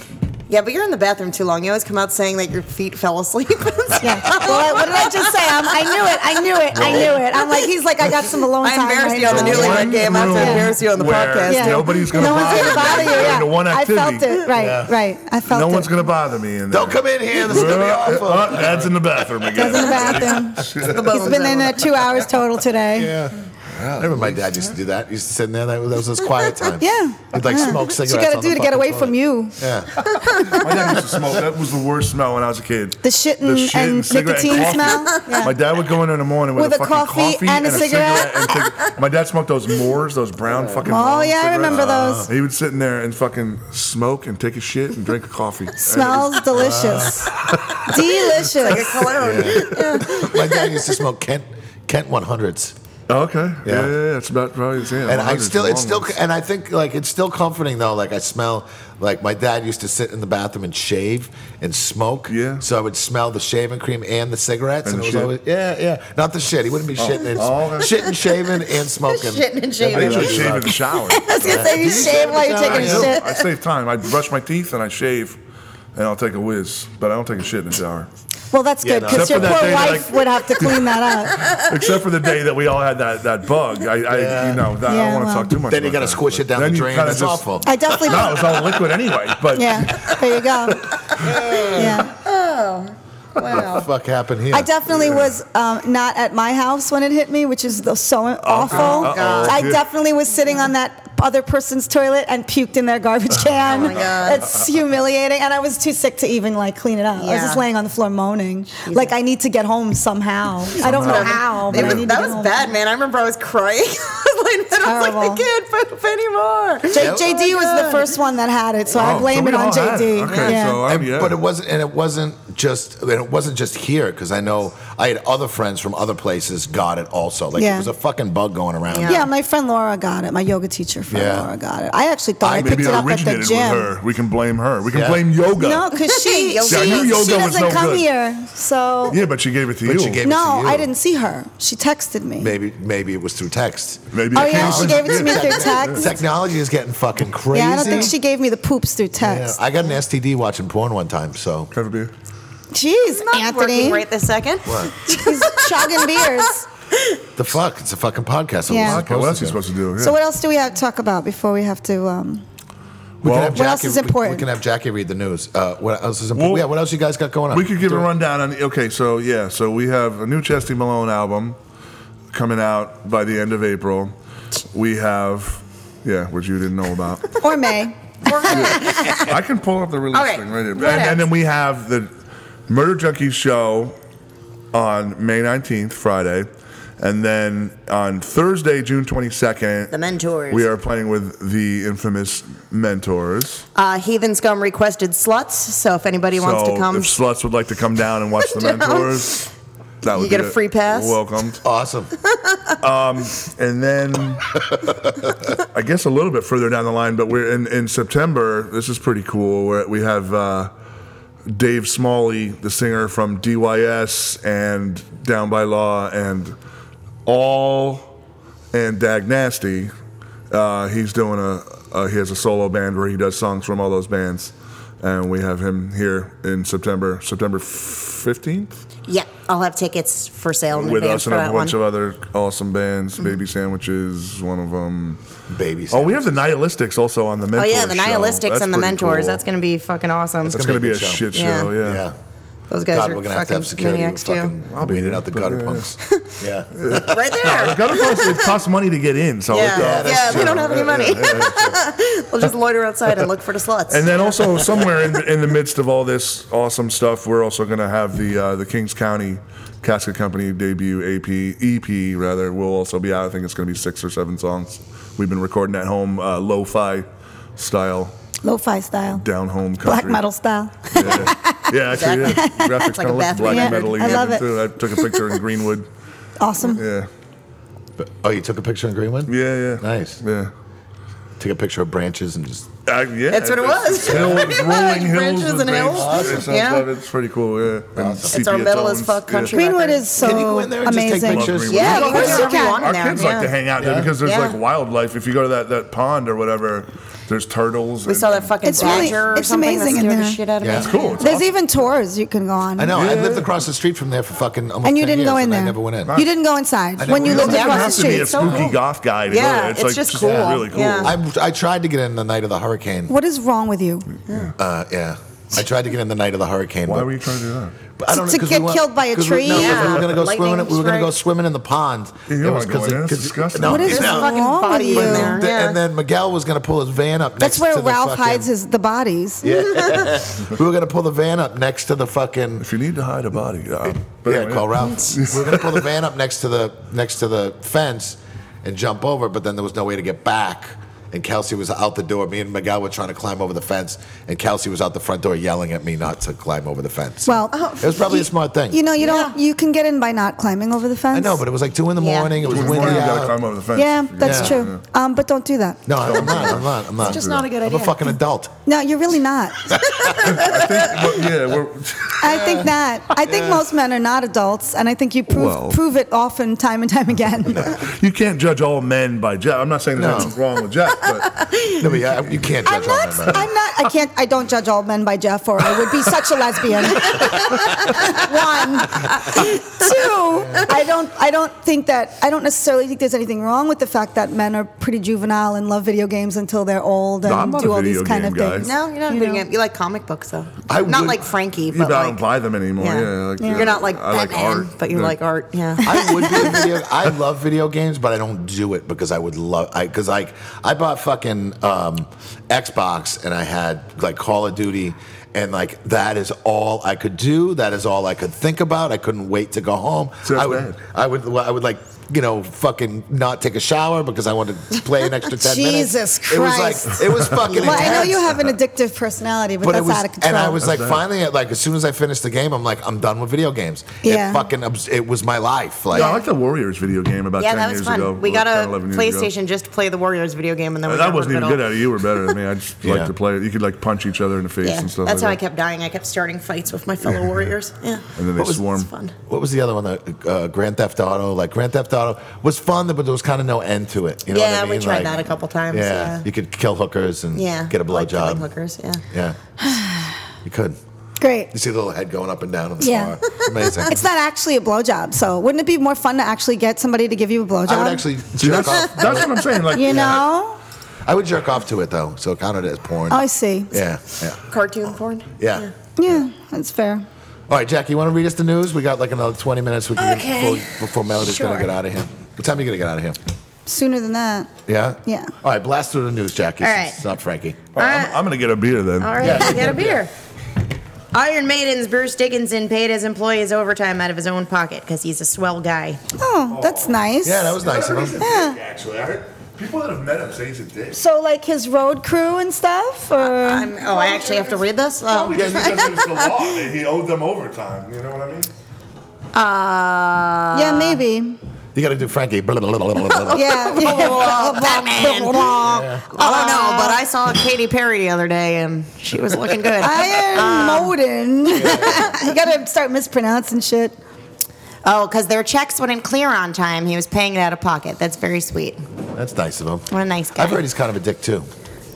Speaker 5: Yeah, but you're in the bathroom too long. You always come out saying that your feet fell asleep. "Oh,
Speaker 2: Yeah. Well, I- what did I just say? I'm, I knew it. I knew it. I knew it. I'm like, he's like, I got some alone
Speaker 4: I
Speaker 2: time.
Speaker 4: embarrassed
Speaker 2: right
Speaker 4: you on the
Speaker 2: now.
Speaker 4: newlywed
Speaker 3: One
Speaker 4: game. I have to
Speaker 3: room
Speaker 4: embarrass you on the
Speaker 3: where
Speaker 4: podcast.
Speaker 3: Yeah. Nobody's gonna
Speaker 2: no
Speaker 3: bother
Speaker 2: one's
Speaker 3: you.
Speaker 2: gonna bother you.
Speaker 3: You're
Speaker 2: Yeah.
Speaker 3: into one
Speaker 2: I felt
Speaker 3: activity.
Speaker 2: it. Right. Right. I felt
Speaker 3: no
Speaker 2: it.
Speaker 3: one's going to bother me. In there.
Speaker 1: Don't come in here. This is
Speaker 3: Uh,
Speaker 1: gonna be awful.
Speaker 3: uh, Dad's in the bathroom again.
Speaker 2: Goes in the bathroom. He's been in there two hours total today.
Speaker 1: Yeah. I remember my dad used to do that. He used to sit in there. That was, that was his quiet time.
Speaker 2: Yeah.
Speaker 1: He'd like
Speaker 2: Yeah.
Speaker 1: smoke cigarettes.
Speaker 2: Uh-huh. What you
Speaker 1: on
Speaker 2: gotta do
Speaker 1: the
Speaker 2: to get
Speaker 1: fucking
Speaker 2: away
Speaker 1: toilet.
Speaker 2: from you.
Speaker 1: Yeah.
Speaker 3: My dad used to smoke. That was the worst smell when I was a kid.
Speaker 2: The shit and- and
Speaker 3: cigarette
Speaker 2: nicotine
Speaker 3: coffee.
Speaker 2: smell? Yeah.
Speaker 3: My dad would go in in the morning with,
Speaker 2: With
Speaker 3: a,
Speaker 2: a
Speaker 3: fucking
Speaker 2: coffee and a
Speaker 3: and take, my dad smoked those Moors, those brown fucking.
Speaker 2: Oh,
Speaker 3: long
Speaker 2: yeah, I
Speaker 3: cigarettes. Uh-huh.
Speaker 2: remember those.
Speaker 3: He would sit in there and fucking smoke and take a shit and drink a coffee.
Speaker 2: Smells delicious. Delicious.
Speaker 1: My dad used to smoke Kent Kent 100s.
Speaker 3: Oh, okay. Yeah.
Speaker 1: Yeah.
Speaker 3: yeah, yeah, it's about probably the same.
Speaker 1: And I
Speaker 3: 100's
Speaker 1: still,
Speaker 3: long
Speaker 1: it's still,
Speaker 3: ones.
Speaker 1: and I think like it's still comforting though. Like I smell, like my dad used to sit in the bathroom and shave and smoke.
Speaker 3: Yeah.
Speaker 1: So I would smell the shaving cream and the cigarettes,
Speaker 3: And
Speaker 1: and,
Speaker 3: the
Speaker 1: it was
Speaker 3: shit.
Speaker 1: always yeah, yeah. Not the shit. He wouldn't be shitting and
Speaker 3: Oh, okay.
Speaker 1: shitting, shaving, and smoking.
Speaker 5: Shitting and
Speaker 3: I
Speaker 5: shaving.
Speaker 3: usually shave in the shower.
Speaker 2: I was gonna say you shave while you're taking a
Speaker 3: I,
Speaker 2: shit.
Speaker 3: do. I save time. I brush my teeth and I shave, and I'll take a whiz. But I don't take a shit in the shower.
Speaker 2: Well, that's good
Speaker 1: no.
Speaker 2: because
Speaker 3: Except
Speaker 2: your
Speaker 3: for that
Speaker 2: poor
Speaker 3: day that I-
Speaker 2: wife would have to clean that up.
Speaker 3: Except for the day that we all had that, that bug. I, I you know, that, I
Speaker 2: Yeah,
Speaker 3: don't want to
Speaker 2: well.
Speaker 3: talk too much.
Speaker 1: Then you
Speaker 3: about
Speaker 1: got to
Speaker 3: that,
Speaker 1: squish
Speaker 3: but
Speaker 1: it down the
Speaker 3: then you
Speaker 1: drain.
Speaker 3: kinda
Speaker 1: It's
Speaker 3: just-
Speaker 1: awful.
Speaker 2: I definitely.
Speaker 3: No, it's all liquid anyway. But
Speaker 2: yeah, there you go. Yeah.
Speaker 1: What the fuck happened here?
Speaker 2: I definitely was um, not at my house when it hit me, which is the- so awful.
Speaker 3: God.
Speaker 2: I definitely was sitting on that other person's toilet and puked in their garbage can.
Speaker 5: Oh, my God.
Speaker 2: It's humiliating, and I was too sick to even like clean it up. I was
Speaker 5: Yeah.
Speaker 2: just laying on the floor moaning, like I need to get home somehow. I don't know how, but
Speaker 5: It
Speaker 2: Oh, I
Speaker 5: was,
Speaker 2: need
Speaker 5: that
Speaker 2: to get
Speaker 5: was
Speaker 2: home.
Speaker 5: bad, man. I remember I was crying. I was like, I was like, I
Speaker 2: Terrible.
Speaker 5: can't poop anymore.
Speaker 2: J-
Speaker 1: Yep.
Speaker 2: JD was the first one that had it, so I
Speaker 3: Oh,
Speaker 2: blame
Speaker 3: so
Speaker 2: it
Speaker 3: we
Speaker 2: on
Speaker 3: all had
Speaker 2: JD.
Speaker 3: it. Okay,
Speaker 2: yeah.
Speaker 3: so I,
Speaker 1: And-
Speaker 3: yeah.
Speaker 1: But it wasn't, and it wasn't just, and it wasn't just here because I know I had other friends from other places got it also. Like
Speaker 2: Yeah.
Speaker 1: it was a fucking bug going around.
Speaker 5: Yeah.
Speaker 2: yeah, my friend Laura got it. My yoga teacher friend
Speaker 1: Yeah.
Speaker 2: Laura got it. I actually thought I, picked
Speaker 3: maybe
Speaker 2: it
Speaker 3: it
Speaker 2: up at the
Speaker 3: originated with
Speaker 2: gym.
Speaker 3: her. We can blame her. We can
Speaker 1: Yeah.
Speaker 3: blame yoga.
Speaker 2: No, because she,
Speaker 5: Yeah,
Speaker 2: she,
Speaker 5: I
Speaker 3: knew yoga
Speaker 2: she
Speaker 3: was
Speaker 2: doesn't
Speaker 3: no
Speaker 2: come
Speaker 3: good.
Speaker 2: here. So
Speaker 3: Yeah, but she gave it to
Speaker 1: But
Speaker 3: you.
Speaker 1: she gave- it
Speaker 2: no,
Speaker 1: to you.
Speaker 2: I didn't see her. She texted me.
Speaker 1: Maybe maybe it was through text.
Speaker 3: Maybe
Speaker 2: Oh
Speaker 3: it
Speaker 2: yeah,
Speaker 3: came-
Speaker 2: she gave it to me through text.
Speaker 1: Technology is getting fucking crazy.
Speaker 2: Yeah, I don't think she gave me the poops through
Speaker 1: Yeah,
Speaker 2: text.
Speaker 1: I got an STD watching porn one time, so
Speaker 3: Cover beer.
Speaker 2: Jeez, Anthony,
Speaker 5: Working right this second.
Speaker 2: he's chugging beers.
Speaker 1: the fuck? It's a fucking podcast. so
Speaker 2: Yeah.
Speaker 1: we're
Speaker 3: Okay, what else are you
Speaker 1: supposed
Speaker 3: supposed to do? Yeah.
Speaker 2: So what else do we have to talk about before we have to? Um,
Speaker 1: We can
Speaker 3: Well-
Speaker 1: have
Speaker 3: What
Speaker 1: Jackie-
Speaker 2: else is
Speaker 1: we- We
Speaker 2: important?
Speaker 1: can have Jackie read the news. Uh, what else is important?
Speaker 3: Well,
Speaker 1: yeah, what else you guys got going on?
Speaker 3: We could give a rundown on. Okay, so yeah, so we have a new Chesty Malone album coming out by the end of April. We have, yeah, which you didn't know about.
Speaker 2: or May?
Speaker 3: I can pull up the release
Speaker 5: Okay,
Speaker 3: thing right here, and,
Speaker 5: what
Speaker 3: and then we have the Murder Junkies show on May nineteenth, Friday, and then on Thursday, June twenty second,
Speaker 5: The Mentors.
Speaker 3: We are playing with the infamous Mentors.
Speaker 5: Uh, Heathen Scum requested sluts, so if anybody wants
Speaker 3: so
Speaker 5: to come,
Speaker 3: if sluts would like to come down and watch the
Speaker 5: Down.
Speaker 3: Mentors. That would
Speaker 5: You get
Speaker 3: be
Speaker 5: a
Speaker 3: it.
Speaker 5: free pass.
Speaker 3: Welcome.
Speaker 1: Awesome.
Speaker 3: And then I guess a little bit further down the line, but we're in, in September. This is pretty cool. We're, we have uh, Dave Smalley, the singer from DYS and Down by Law and All and Dag Nasty. Uh, he's doing a, uh, he has a solo band where he does songs from all those bands. And we have him here in September, September 15th
Speaker 5: yeah, I'll have tickets for sale in
Speaker 3: with
Speaker 5: advance
Speaker 3: us
Speaker 5: for
Speaker 3: and a
Speaker 5: that one. Mm-hmm.
Speaker 3: bunch of other awesome bands. Baby Sandwiches, one of them.
Speaker 1: Babies.
Speaker 3: Oh, we have the Nihilistics also on the Mentors.
Speaker 5: oh yeah, the
Speaker 3: show.
Speaker 5: Nihilistics
Speaker 3: That's
Speaker 5: and the
Speaker 3: pretty
Speaker 5: Mentors.
Speaker 3: cool.
Speaker 5: That's going to be fucking awesome.
Speaker 3: That's gonna
Speaker 1: be
Speaker 3: be
Speaker 1: a good
Speaker 3: a
Speaker 1: show.
Speaker 3: shit
Speaker 5: Yeah.
Speaker 3: show. Yeah.
Speaker 1: yeah.
Speaker 4: Those guys
Speaker 1: God,
Speaker 4: are
Speaker 1: we're gonna have to have
Speaker 4: fucking
Speaker 1: security.
Speaker 4: maniacs, too.
Speaker 1: fucking
Speaker 3: I'll be
Speaker 1: weeding
Speaker 3: there,
Speaker 1: out the
Speaker 3: but,
Speaker 1: gutter
Speaker 3: yeah.
Speaker 1: punks. Yeah.
Speaker 4: right there.
Speaker 3: Gutter punks, it costs money to get in, so
Speaker 4: Yeah.
Speaker 1: Yeah, that's
Speaker 4: yeah, we
Speaker 1: true.
Speaker 4: don't have any money.
Speaker 5: We'll just loiter outside and look for the sluts.
Speaker 3: And then also somewhere in, in the midst of all this awesome stuff, we're also going to have the uh, the Kings County Casket Company debut AP EP rather. Will also be out. I think it's going to be six or seven songs. We've been recording at home, uh, lo-fi style,
Speaker 2: Lo-fi style,
Speaker 3: down home country.
Speaker 2: black metal style.
Speaker 3: Yeah, yeah actually, yeah. graphics
Speaker 5: like
Speaker 3: kind
Speaker 5: a
Speaker 3: of look
Speaker 5: bathroom
Speaker 3: black
Speaker 2: record.
Speaker 3: metal.
Speaker 2: I love it.
Speaker 3: I took a picture in Greenwood.
Speaker 2: awesome.
Speaker 3: Yeah,
Speaker 1: But- oh, you took a picture in Greenwood?
Speaker 3: yeah, yeah.
Speaker 1: Nice.
Speaker 3: Yeah.
Speaker 1: Take a picture of branches and just.
Speaker 3: Uh, yeah,
Speaker 4: That's what it
Speaker 3: it's-
Speaker 4: was.
Speaker 3: it's Hill,
Speaker 4: Pretty much,
Speaker 3: rolling hills
Speaker 4: branches
Speaker 3: with
Speaker 4: and hills.
Speaker 3: branches. It sounds
Speaker 4: Yeah.
Speaker 3: like it's pretty cool. Yeah, And
Speaker 1: Awesome.
Speaker 5: It's our
Speaker 3: sepia
Speaker 5: metal as
Speaker 3: tones.
Speaker 5: fuck
Speaker 3: Yeah.
Speaker 5: country.
Speaker 2: Greenwood
Speaker 5: record.
Speaker 2: is so
Speaker 1: Can you go in there and just take
Speaker 2: amazing.
Speaker 1: pictures?
Speaker 3: Love
Speaker 5: Yeah,
Speaker 4: Yeah,
Speaker 5: of course you
Speaker 4: whatever you
Speaker 5: can.
Speaker 4: want.
Speaker 3: Our
Speaker 4: now,
Speaker 3: kids like
Speaker 4: yeah.
Speaker 3: to hang out there
Speaker 1: Yeah.
Speaker 3: because there's
Speaker 5: Yeah.
Speaker 3: like wildlife. If you go to that, that pond or whatever, there's turtles.
Speaker 5: We saw that fucking
Speaker 2: It's
Speaker 5: badger
Speaker 2: really-
Speaker 5: or
Speaker 2: it's
Speaker 5: something
Speaker 2: amazing
Speaker 5: that
Speaker 2: in
Speaker 5: scared the
Speaker 2: there.
Speaker 5: shit out of
Speaker 1: Yeah.
Speaker 5: me.
Speaker 1: It's
Speaker 3: cool. It's
Speaker 2: There's
Speaker 3: awesome.
Speaker 2: even tours you can go on.
Speaker 1: I know. I
Speaker 3: Yeah.
Speaker 1: lived across the street from there for fucking almost
Speaker 2: And you
Speaker 1: 10
Speaker 2: didn't go
Speaker 1: years, and
Speaker 2: in there.
Speaker 1: I never went in.
Speaker 2: You didn't go inside.
Speaker 1: never
Speaker 2: When you
Speaker 1: went
Speaker 2: lived
Speaker 1: in.
Speaker 5: You don't
Speaker 2: across the
Speaker 5: have
Speaker 3: has to
Speaker 5: so
Speaker 2: street.
Speaker 3: be a spooky
Speaker 5: cool.
Speaker 3: goth guy to go
Speaker 5: Yeah,
Speaker 3: there. It's,
Speaker 5: it's
Speaker 3: like
Speaker 5: just
Speaker 3: just
Speaker 5: cool.
Speaker 3: really cool.
Speaker 5: Yeah.
Speaker 1: I, I tried to get in the night of the hurricane.
Speaker 2: What is wrong with you?
Speaker 1: Uh, yeah. I tried to get in the night of the hurricane.
Speaker 3: Why
Speaker 1: but-
Speaker 3: were you trying to do that?
Speaker 1: but I don't know,
Speaker 2: To
Speaker 1: 'cause
Speaker 2: get
Speaker 1: we went-
Speaker 2: killed by a
Speaker 1: 'cause we- no,
Speaker 2: tree?
Speaker 1: 'cause we
Speaker 5: Yeah.
Speaker 1: were gonna go
Speaker 5: Lightning
Speaker 1: swimming. We were gonna go
Speaker 5: strike.
Speaker 1: swimming in the pond.
Speaker 3: Yeah, you
Speaker 1: It
Speaker 3: don't
Speaker 1: was
Speaker 3: wanna go
Speaker 1: 'cause
Speaker 3: in there.
Speaker 1: it-
Speaker 3: It's
Speaker 1: 'cause-
Speaker 3: disgusting.
Speaker 1: no,
Speaker 2: What is
Speaker 1: it's
Speaker 2: wrong
Speaker 1: not.
Speaker 5: fucking
Speaker 2: with
Speaker 5: body
Speaker 2: you?
Speaker 5: in there?
Speaker 1: And th-
Speaker 5: Yeah.
Speaker 1: And then Miguel was gonna pull his van up next.
Speaker 2: That's where
Speaker 1: to the
Speaker 2: Ralph
Speaker 1: fucking-
Speaker 2: hides his the bodies.
Speaker 1: We were gonna pull the van up next to the fucking.
Speaker 3: If you need to hide a body, uh, but
Speaker 1: yeah,
Speaker 3: anyway,
Speaker 1: call Ralph. we were gonna pull the van up next to the next to the fence and jump over, but then there was no way to get back. And Kelsey was out the door. Me and Miguel were trying to climb over the fence, and Kelsey was out the front door yelling at me not to climb over the fence.
Speaker 2: Well,
Speaker 1: it was probably a smart thing.
Speaker 2: you know, you don't. You can get in by not climbing over the fence.
Speaker 1: I know, but it was like two in the
Speaker 5: Yeah.
Speaker 1: morning. It was
Speaker 3: in the
Speaker 1: windy
Speaker 3: morning, you gotta
Speaker 1: out.
Speaker 3: climb over the fence.
Speaker 2: yeah,
Speaker 3: uh, Yeah.
Speaker 2: that's
Speaker 1: Yeah.
Speaker 2: true. Um, but don't do that.
Speaker 1: No, I'm not. I'm not. I'm not.
Speaker 5: just not a good
Speaker 1: I'm a
Speaker 5: idea.
Speaker 1: fucking adult.
Speaker 2: No, you're really not.
Speaker 3: I think, but yeah, we're,
Speaker 2: I think not. I think most men are not adults, and I think you prove
Speaker 3: Well.
Speaker 2: prove it often, time and time again.
Speaker 3: you can't judge all men by Jack. I'm not saying
Speaker 1: No.
Speaker 3: there's nothing wrong with Jack, but
Speaker 1: No, but yeah, you can't
Speaker 2: I'm
Speaker 1: judge all
Speaker 2: not.
Speaker 1: men. by-
Speaker 2: I'm not. I can't. I don't judge all men by Jeff, or I would be such a lesbian. One, two. I don't. I don't think that. I don't necessarily think there's anything wrong with the fact that men are pretty juvenile and love video games until they're old and
Speaker 3: No, I'm not
Speaker 2: do
Speaker 3: a
Speaker 2: all these
Speaker 3: video
Speaker 2: kind
Speaker 3: game
Speaker 2: of
Speaker 3: guy.
Speaker 2: things.
Speaker 5: No, you're not
Speaker 2: You
Speaker 5: you putting
Speaker 2: know.
Speaker 5: it. You like comic books though.
Speaker 1: I
Speaker 5: not
Speaker 1: would-
Speaker 5: like Frankie,
Speaker 3: you
Speaker 5: but
Speaker 3: don't
Speaker 5: like
Speaker 3: buy them anymore. Yeah, like, uh,
Speaker 5: you're not like
Speaker 3: I like
Speaker 5: Batman,
Speaker 3: art,
Speaker 5: but you
Speaker 3: Yeah.
Speaker 5: like art. Yeah.
Speaker 1: I would be a video. I love video games, but I don't do it because I would love. I because like I bought fucking um, Xbox and I had like Call of Duty. And like that is all I could do. That is all I could think about. I couldn't wait to go home.
Speaker 3: So
Speaker 1: I
Speaker 3: it's
Speaker 1: would,
Speaker 3: bad.
Speaker 1: I would, I would like, you know, fucking not take a shower because I wanted to play an extra ten minutes.
Speaker 2: Jesus
Speaker 1: It was like
Speaker 2: Christ.
Speaker 1: it was fucking.
Speaker 2: Well, I know you
Speaker 1: intense
Speaker 2: have an addictive personality, but, that's
Speaker 1: it was,
Speaker 2: out of control.
Speaker 1: And I was like,
Speaker 3: That's bad.
Speaker 1: finally, like as soon as I finished the game, I'm like, I'm done with video games.
Speaker 2: Yeah.
Speaker 1: It fucking, obs- it was my life. Like,
Speaker 3: Yeah, I like the Warriors video game about
Speaker 5: yeah,
Speaker 3: 10
Speaker 5: that
Speaker 3: years
Speaker 5: was fun.
Speaker 3: ago.
Speaker 5: we got
Speaker 3: 10,
Speaker 5: a
Speaker 3: 11 years ago.
Speaker 5: PlayStation just to play the Warriors video game, and then we
Speaker 3: I
Speaker 5: got
Speaker 3: wasn't
Speaker 5: rid
Speaker 3: even
Speaker 5: of
Speaker 3: good
Speaker 5: it all.
Speaker 3: at it. You were better than me. I just
Speaker 1: Yeah.
Speaker 3: like to play it. You could like punch each other in the face
Speaker 5: Yeah,
Speaker 3: and stuff.
Speaker 5: that's how I
Speaker 3: like
Speaker 5: kept dying. I kept starting fights with my fellow Warriors. Yeah,
Speaker 3: And then they
Speaker 1: What was-
Speaker 3: swarm.
Speaker 5: it's fun.
Speaker 1: what was the other one? The uh, Grand Theft Auto. Like Grand Theft Auto was fun, but there was kind of no end to it. You know
Speaker 5: yeah,
Speaker 1: what I mean?
Speaker 5: we tried
Speaker 1: Like,
Speaker 5: that a couple times.
Speaker 1: Yeah,
Speaker 5: Yeah,
Speaker 1: you could kill hookers and
Speaker 5: yeah.
Speaker 1: get a
Speaker 5: I like killing
Speaker 1: blowjob.
Speaker 5: hookers. Yeah.
Speaker 1: yeah, you could. You
Speaker 2: Great.
Speaker 1: see the little head going up and down on the
Speaker 2: Yeah.
Speaker 1: yeah. Amazing.
Speaker 2: It's not actually a blowjob, so wouldn't it be more fun to actually get somebody to give you a blowjob?
Speaker 1: I would actually
Speaker 3: See,
Speaker 1: jerk
Speaker 3: that's,
Speaker 1: off.
Speaker 3: that's what I'm saying. Like,
Speaker 2: You know?
Speaker 1: I would jerk off to it though, so it counted as porn.
Speaker 2: Oh, I see.
Speaker 1: yeah, yeah,
Speaker 5: Cartoon porn.
Speaker 1: yeah.
Speaker 2: Yeah, that's fair.
Speaker 1: All right, Jack, you want to read us the news? We got like another 20 minutes with you
Speaker 5: Okay.
Speaker 1: before, before Melody's going
Speaker 5: Sure.
Speaker 1: to get out of here. What time are you going to get out of here?
Speaker 2: Sooner than that.
Speaker 1: Yeah?
Speaker 2: Yeah.
Speaker 1: All right, blast through the news, Jackie. All
Speaker 5: All
Speaker 1: right.
Speaker 5: right.
Speaker 1: It's not Frankie.
Speaker 3: All right, I'm, I'm gonna get a beer then.
Speaker 5: All right,
Speaker 1: Yeah.
Speaker 5: get a beer. Iron Maiden's Bruce Dickinson paid his employees overtime out of his own pocket because he's a swell guy.
Speaker 2: Oh, that's nice.
Speaker 1: Yeah, that was nice of him.
Speaker 2: Yeah.
Speaker 3: Actually, I heard people that have met him say he's a dick.
Speaker 2: So, like his road crew and stuff, or
Speaker 5: I'm, oh, I actually have to read this. Oh.
Speaker 3: just because it's the law that he owed them overtime. You know what I mean?
Speaker 5: Uh,
Speaker 2: yeah, maybe.
Speaker 1: You got to do Frankie. Blah, blah, blah, blah, blah, blah.
Speaker 2: Yeah.
Speaker 5: Batman. I don't know, Oh, but I saw Katy Perry the other day, and she was looking good.
Speaker 2: Iron
Speaker 5: Um,
Speaker 2: Moden. you gotta start mispronouncing shit.
Speaker 5: Oh, because their checks wouldn't clear on time. He was paying it out of pocket. That's very sweet.
Speaker 1: That's nice of him.
Speaker 5: What a nice guy.
Speaker 1: I've heard he's kind of a dick, too.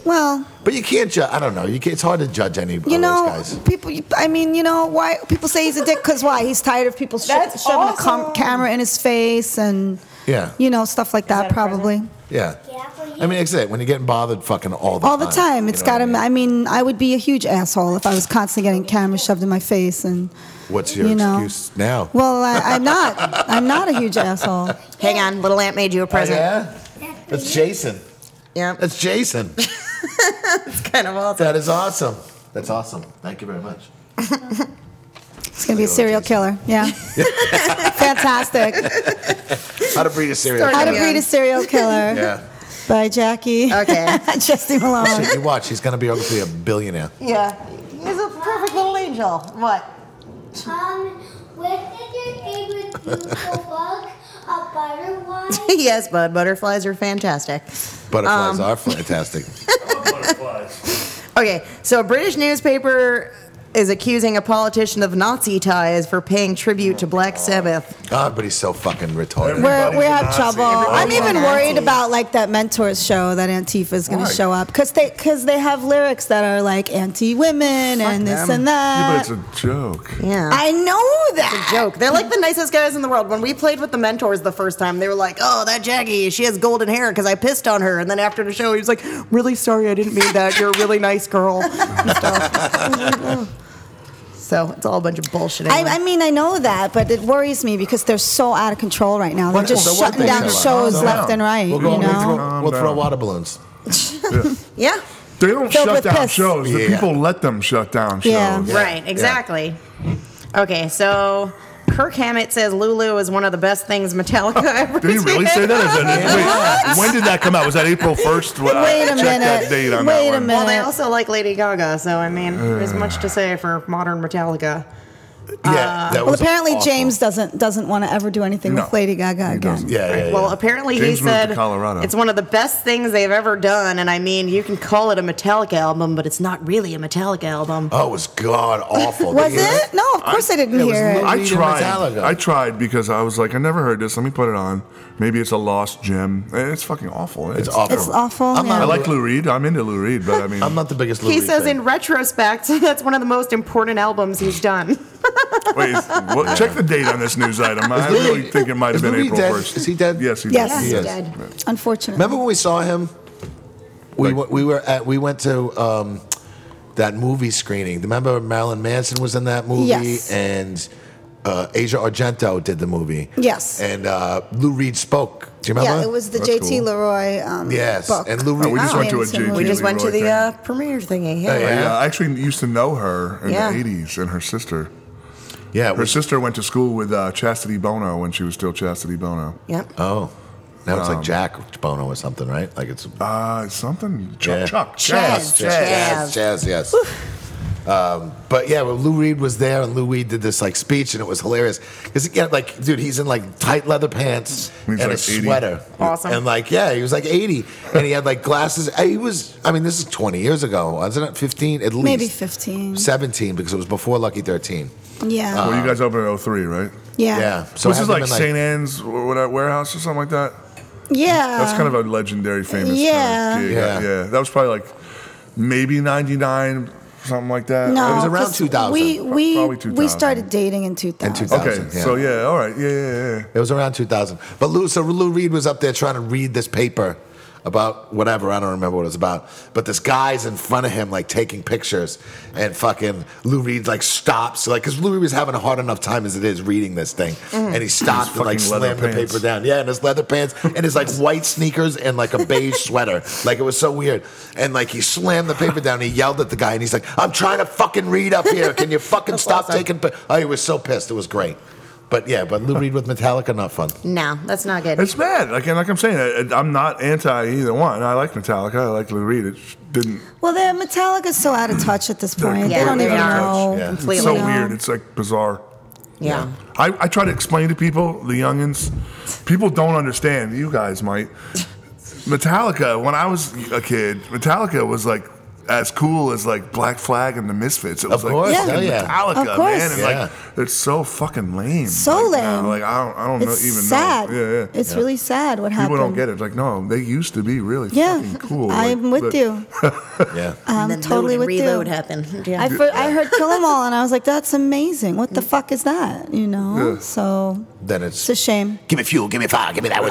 Speaker 2: Well,
Speaker 1: But you can't judge. I don't know. You can't, it's hard to judge any of
Speaker 2: you know,
Speaker 1: those guys.
Speaker 2: people. I mean, you know, why people say he's a dick? Because why? He's tired of people sho-
Speaker 5: That's
Speaker 2: shoving a
Speaker 5: awesome.
Speaker 2: com- camera in his face and
Speaker 1: Yeah.
Speaker 2: you know stuff like that,
Speaker 5: that a
Speaker 2: probably.
Speaker 5: present?
Speaker 1: Yeah.
Speaker 6: Yeah, for you.
Speaker 1: I mean, it's it. When you're getting bothered, fucking all the
Speaker 2: All
Speaker 1: time.
Speaker 2: the time.
Speaker 1: you
Speaker 2: It's
Speaker 1: know what
Speaker 2: got to. I mean, I would be a huge asshole if I was constantly getting cameras shoved in my face and.
Speaker 1: What's your
Speaker 2: you know.
Speaker 1: excuse now?
Speaker 2: Well, I, I'm not. I'm not a huge asshole.
Speaker 4: Hang on, little aunt made you a
Speaker 1: Oh,
Speaker 4: present.
Speaker 1: yeah, that's Jason.
Speaker 4: yeah.
Speaker 1: That's Jason.
Speaker 4: It's kind of awesome.
Speaker 1: that is awesome. That's awesome. Thank you very much.
Speaker 2: It's gonna be a serial killer. Yeah. Fantastic.
Speaker 1: How to breed a serial
Speaker 4: Start
Speaker 2: How to
Speaker 1: killer?
Speaker 4: Yeah.
Speaker 2: Breed a Serial Killer
Speaker 1: Yeah.
Speaker 2: by Jackie.
Speaker 4: Okay.
Speaker 2: Jesse Malone.
Speaker 1: Shit, you watch. He's gonna be hopefully a billionaire.
Speaker 4: Yeah. He's a perfect little angel. What?
Speaker 6: Um, where did you able to bug a butterfly?
Speaker 4: yes, bud. Butterflies are fantastic.
Speaker 1: Butterflies
Speaker 2: Um.
Speaker 1: are fantastic.
Speaker 4: Okay, so a British newspaper is accusing a politician of Nazi ties for paying tribute to Black Sabbath.
Speaker 1: God, but he's so fucking retarded.
Speaker 2: We're,
Speaker 3: Everybody's
Speaker 2: we
Speaker 3: a
Speaker 2: have
Speaker 3: Nazi.
Speaker 2: trouble. I'm
Speaker 4: Everybody's a
Speaker 2: even
Speaker 4: Nazi.
Speaker 2: worried about like that mentors show that Antifa is going
Speaker 1: Why?
Speaker 2: to show up because they because they have lyrics that are like anti-women and this and
Speaker 3: Yeah, but
Speaker 2: that.
Speaker 3: it's a joke.
Speaker 4: Yeah.
Speaker 2: I know that.
Speaker 4: joke. They're like the nicest guys in the world. When we played with the mentors the first time, they were like, "Oh, that Jackie, she has golden hair because I pissed on her." And then after the show, he was like, "Really sorry, I didn't mean that. You're a really nice girl." and stuff. so it's all a bunch of bullshit. anyway.
Speaker 2: I, I mean, I know that, but it worries me because they're so out of control right now. They're
Speaker 1: What-
Speaker 2: just
Speaker 1: so what
Speaker 2: shutting
Speaker 1: they
Speaker 2: down
Speaker 1: show up?
Speaker 2: shows
Speaker 1: Calm
Speaker 2: left
Speaker 3: down.
Speaker 2: and right.
Speaker 1: We'll go.
Speaker 2: you
Speaker 1: We'll
Speaker 2: know,
Speaker 1: throw, we'll
Speaker 3: Calm
Speaker 1: throw
Speaker 3: down.
Speaker 1: water balloons.
Speaker 4: yeah.
Speaker 3: They don't
Speaker 2: Filled
Speaker 3: shut
Speaker 2: with
Speaker 3: down
Speaker 2: piss.
Speaker 3: shows. The
Speaker 1: Yeah.
Speaker 3: people let them shut down shows.
Speaker 2: Yeah.
Speaker 4: Right,
Speaker 1: yeah.
Speaker 4: exactly. Okay, so Kirk Hammett says Lulu is one of the best things Metallica ever
Speaker 3: Did he really say that? Is that wait, when did that come out? Was that April 1st? Well, I
Speaker 2: Wait a
Speaker 3: checked
Speaker 2: minute.
Speaker 3: That date on
Speaker 2: Wait a
Speaker 3: that one.
Speaker 2: minute.
Speaker 4: Well, they also like Lady Gaga, so I mean, there's much to say for modern Metallica.
Speaker 1: Yeah. That
Speaker 2: Uh, well,
Speaker 1: was
Speaker 2: apparently
Speaker 1: awful.
Speaker 2: James doesn't doesn't want to ever do anything
Speaker 3: No,
Speaker 2: with Lady Gaga
Speaker 3: he
Speaker 2: again.
Speaker 3: doesn't.
Speaker 1: Yeah, yeah, yeah.
Speaker 4: Well, apparently
Speaker 3: James
Speaker 4: he
Speaker 3: moved to
Speaker 4: said
Speaker 3: Colorado.
Speaker 4: it's one of the best things they've ever done, and I mean, you can call it a Metallica album, but it's not really a Metallica album.
Speaker 1: oh, it was god awful. Did
Speaker 2: Was
Speaker 1: you hear
Speaker 2: it? No, of course I, didn't
Speaker 1: it was
Speaker 2: hear it.
Speaker 1: little-
Speaker 3: I
Speaker 1: Lead in
Speaker 3: tried.
Speaker 1: Metallica.
Speaker 3: I tried because I was like, I never heard this. Let me put it on. Maybe it's a lost gem. And It's fucking awful.
Speaker 1: It's awful.
Speaker 2: It's awful,
Speaker 1: I'm
Speaker 2: yeah.
Speaker 1: not,
Speaker 3: I like Lou Reed. I'm into Lou Reed, but I mean,
Speaker 1: I'm not the biggest. Lou
Speaker 4: He
Speaker 1: Reed
Speaker 4: says,
Speaker 1: fan.
Speaker 4: in retrospect, that's one of the most important albums he's done.
Speaker 3: wait, is- what, check the date on this news item. I
Speaker 1: Lou
Speaker 3: really
Speaker 1: Reed-
Speaker 3: think it might
Speaker 1: is
Speaker 3: have been
Speaker 1: Lou Reed
Speaker 3: April
Speaker 1: dead?
Speaker 3: 1st.
Speaker 1: Is he dead?
Speaker 3: Yes, he
Speaker 2: Yes,
Speaker 3: did.
Speaker 2: he's
Speaker 1: Yes.
Speaker 4: dead.
Speaker 2: Unfortunately.
Speaker 1: Remember when we saw him? We
Speaker 3: Like-
Speaker 1: went- we were at we went to um, that movie screening. Remember Marilyn Manson was in that movie
Speaker 2: Yes.
Speaker 1: and uh, Asia Argento did the movie.
Speaker 2: Yes.
Speaker 1: And uh, Lou Reed spoke. Do you remember?
Speaker 2: Yeah, it was the
Speaker 3: That's
Speaker 2: J.T.
Speaker 3: cool.
Speaker 2: Leroy um,
Speaker 1: Yes,
Speaker 2: book.
Speaker 1: and Lou Reed-
Speaker 3: Oh, we just went to a
Speaker 2: Manson
Speaker 3: J.T.
Speaker 2: movie.
Speaker 4: We just
Speaker 3: Really
Speaker 4: went to
Speaker 3: really
Speaker 4: the
Speaker 3: thing.
Speaker 4: uh, premiere thingy. Yeah.
Speaker 1: Hey.
Speaker 3: Yeah, I actually used to know her in
Speaker 4: Yeah.
Speaker 3: the 80s and her sister.
Speaker 1: yeah. It
Speaker 3: Her
Speaker 1: was,
Speaker 3: sister went to school with uh, Chastity Bono when she was still Chastity Bono.
Speaker 4: Yep.
Speaker 1: oh, now it's like Jack Bono or something, right? Like it's
Speaker 3: Uh, something. Chuck.
Speaker 1: Yeah.
Speaker 3: Chuck.
Speaker 4: Chaz,
Speaker 3: Chaz,
Speaker 4: Chaz.
Speaker 1: jazz, jazz, yes. Um, but yeah, well, Lou Reed was there, and Lou Reed did this like speech, and it was hilarious because yeah, like dude, he's in like tight leather pants and
Speaker 3: He's, like,
Speaker 1: a
Speaker 3: 80.
Speaker 1: sweater,
Speaker 4: Awesome.
Speaker 1: and like yeah, he was like eighty, and he had like glasses. Uh, He was, I mean, this is twenty years ago, wasn't it? Fifteen at least,
Speaker 2: Maybe 15.
Speaker 1: seventeen because it was before Lucky Thirteen.
Speaker 2: Yeah.
Speaker 3: Well, you guys opened in 03, right?
Speaker 2: yeah.
Speaker 1: Uh, Yeah,
Speaker 2: Yeah.
Speaker 1: so
Speaker 3: this
Speaker 1: I
Speaker 3: is
Speaker 1: had
Speaker 3: like
Speaker 1: him in,
Speaker 3: St. Anne's or what- warehouse or something like that. That's kind of a legendary, famous.
Speaker 2: Yeah.
Speaker 3: uh, gig.
Speaker 1: Yeah.
Speaker 3: yeah, That was probably like maybe '99, something like that.
Speaker 2: No,
Speaker 1: was around
Speaker 2: 'cause
Speaker 1: 2000.
Speaker 2: We we we
Speaker 3: Probably 2000.
Speaker 2: started dating in 2000.
Speaker 1: In 2000.
Speaker 3: Okay,
Speaker 1: yeah.
Speaker 3: so yeah, all right, yeah, yeah, yeah.
Speaker 1: It was around 2000. But Lou, so Lou Reed was up there trying to read this paper about whatever. I don't remember what it was about. But this guy's in front of him, like taking pictures, and fucking Lou Reed like stops, like because Lou Reed was having a hard enough time as it is reading this thing, and he stopped and like
Speaker 3: Mm-hmm. fucking leather
Speaker 1: slammed the
Speaker 3: pants.
Speaker 1: paper down. Yeah, and his leather pants and his like white sneakers and like a beige sweater. Like it was so weird. And like he slammed the paper down. And he yelled at the guy, and he's like, "I'm trying to fucking read up here. Can you fucking stop taking?" Pi-? Oh, he was so pissed. It was great. But yeah, but Lou Reed with Metallica, not fun.
Speaker 4: No, that's not good.
Speaker 3: It's bad. Like, and like I'm saying, I, I'm not anti either one. I like Metallica. I like Lou Reed. It sh- didn't.
Speaker 2: Well, they're Metallica's so out of touch at this point.
Speaker 4: Yeah,
Speaker 2: they don't
Speaker 4: they
Speaker 2: even
Speaker 4: are.
Speaker 2: know.
Speaker 1: Yeah.
Speaker 4: Completely.
Speaker 3: It's so
Speaker 2: No.
Speaker 3: weird. It's like bizarre.
Speaker 4: yeah.
Speaker 3: I, I try to explain to people, the youngins, people don't understand. You guys might. Metallica, when I was a kid, Metallica was like as cool as like Black Flag and the Misfits. It was
Speaker 1: Of
Speaker 3: like
Speaker 1: course,
Speaker 3: fucking
Speaker 1: hell yeah.
Speaker 3: Metallica,
Speaker 2: Of course.
Speaker 3: man. And
Speaker 1: Yeah.
Speaker 3: like it's so fucking lame.
Speaker 2: So
Speaker 3: like, now,
Speaker 2: lame.
Speaker 3: like I don't I don't
Speaker 2: It's
Speaker 3: know, even
Speaker 2: sad.
Speaker 3: know. Yeah, yeah.
Speaker 2: It's really sad what happened.
Speaker 3: People don't get it. It's like, no, they used to be really
Speaker 2: Yeah,
Speaker 3: fucking cool. Like,
Speaker 2: I'm with
Speaker 3: but-
Speaker 2: you.
Speaker 1: Yeah.
Speaker 4: And
Speaker 2: I'm
Speaker 4: then
Speaker 2: totally
Speaker 4: load
Speaker 2: with
Speaker 4: and reload
Speaker 2: you.
Speaker 4: happened. Yeah.
Speaker 2: I, fir- I heard Kill 'Em All, and I was like, "That's amazing! What the fuck is that?" You know.
Speaker 3: Yeah.
Speaker 2: So Oh.
Speaker 1: then it's
Speaker 2: It's a shame.
Speaker 1: give me fuel, give me fire, give me that.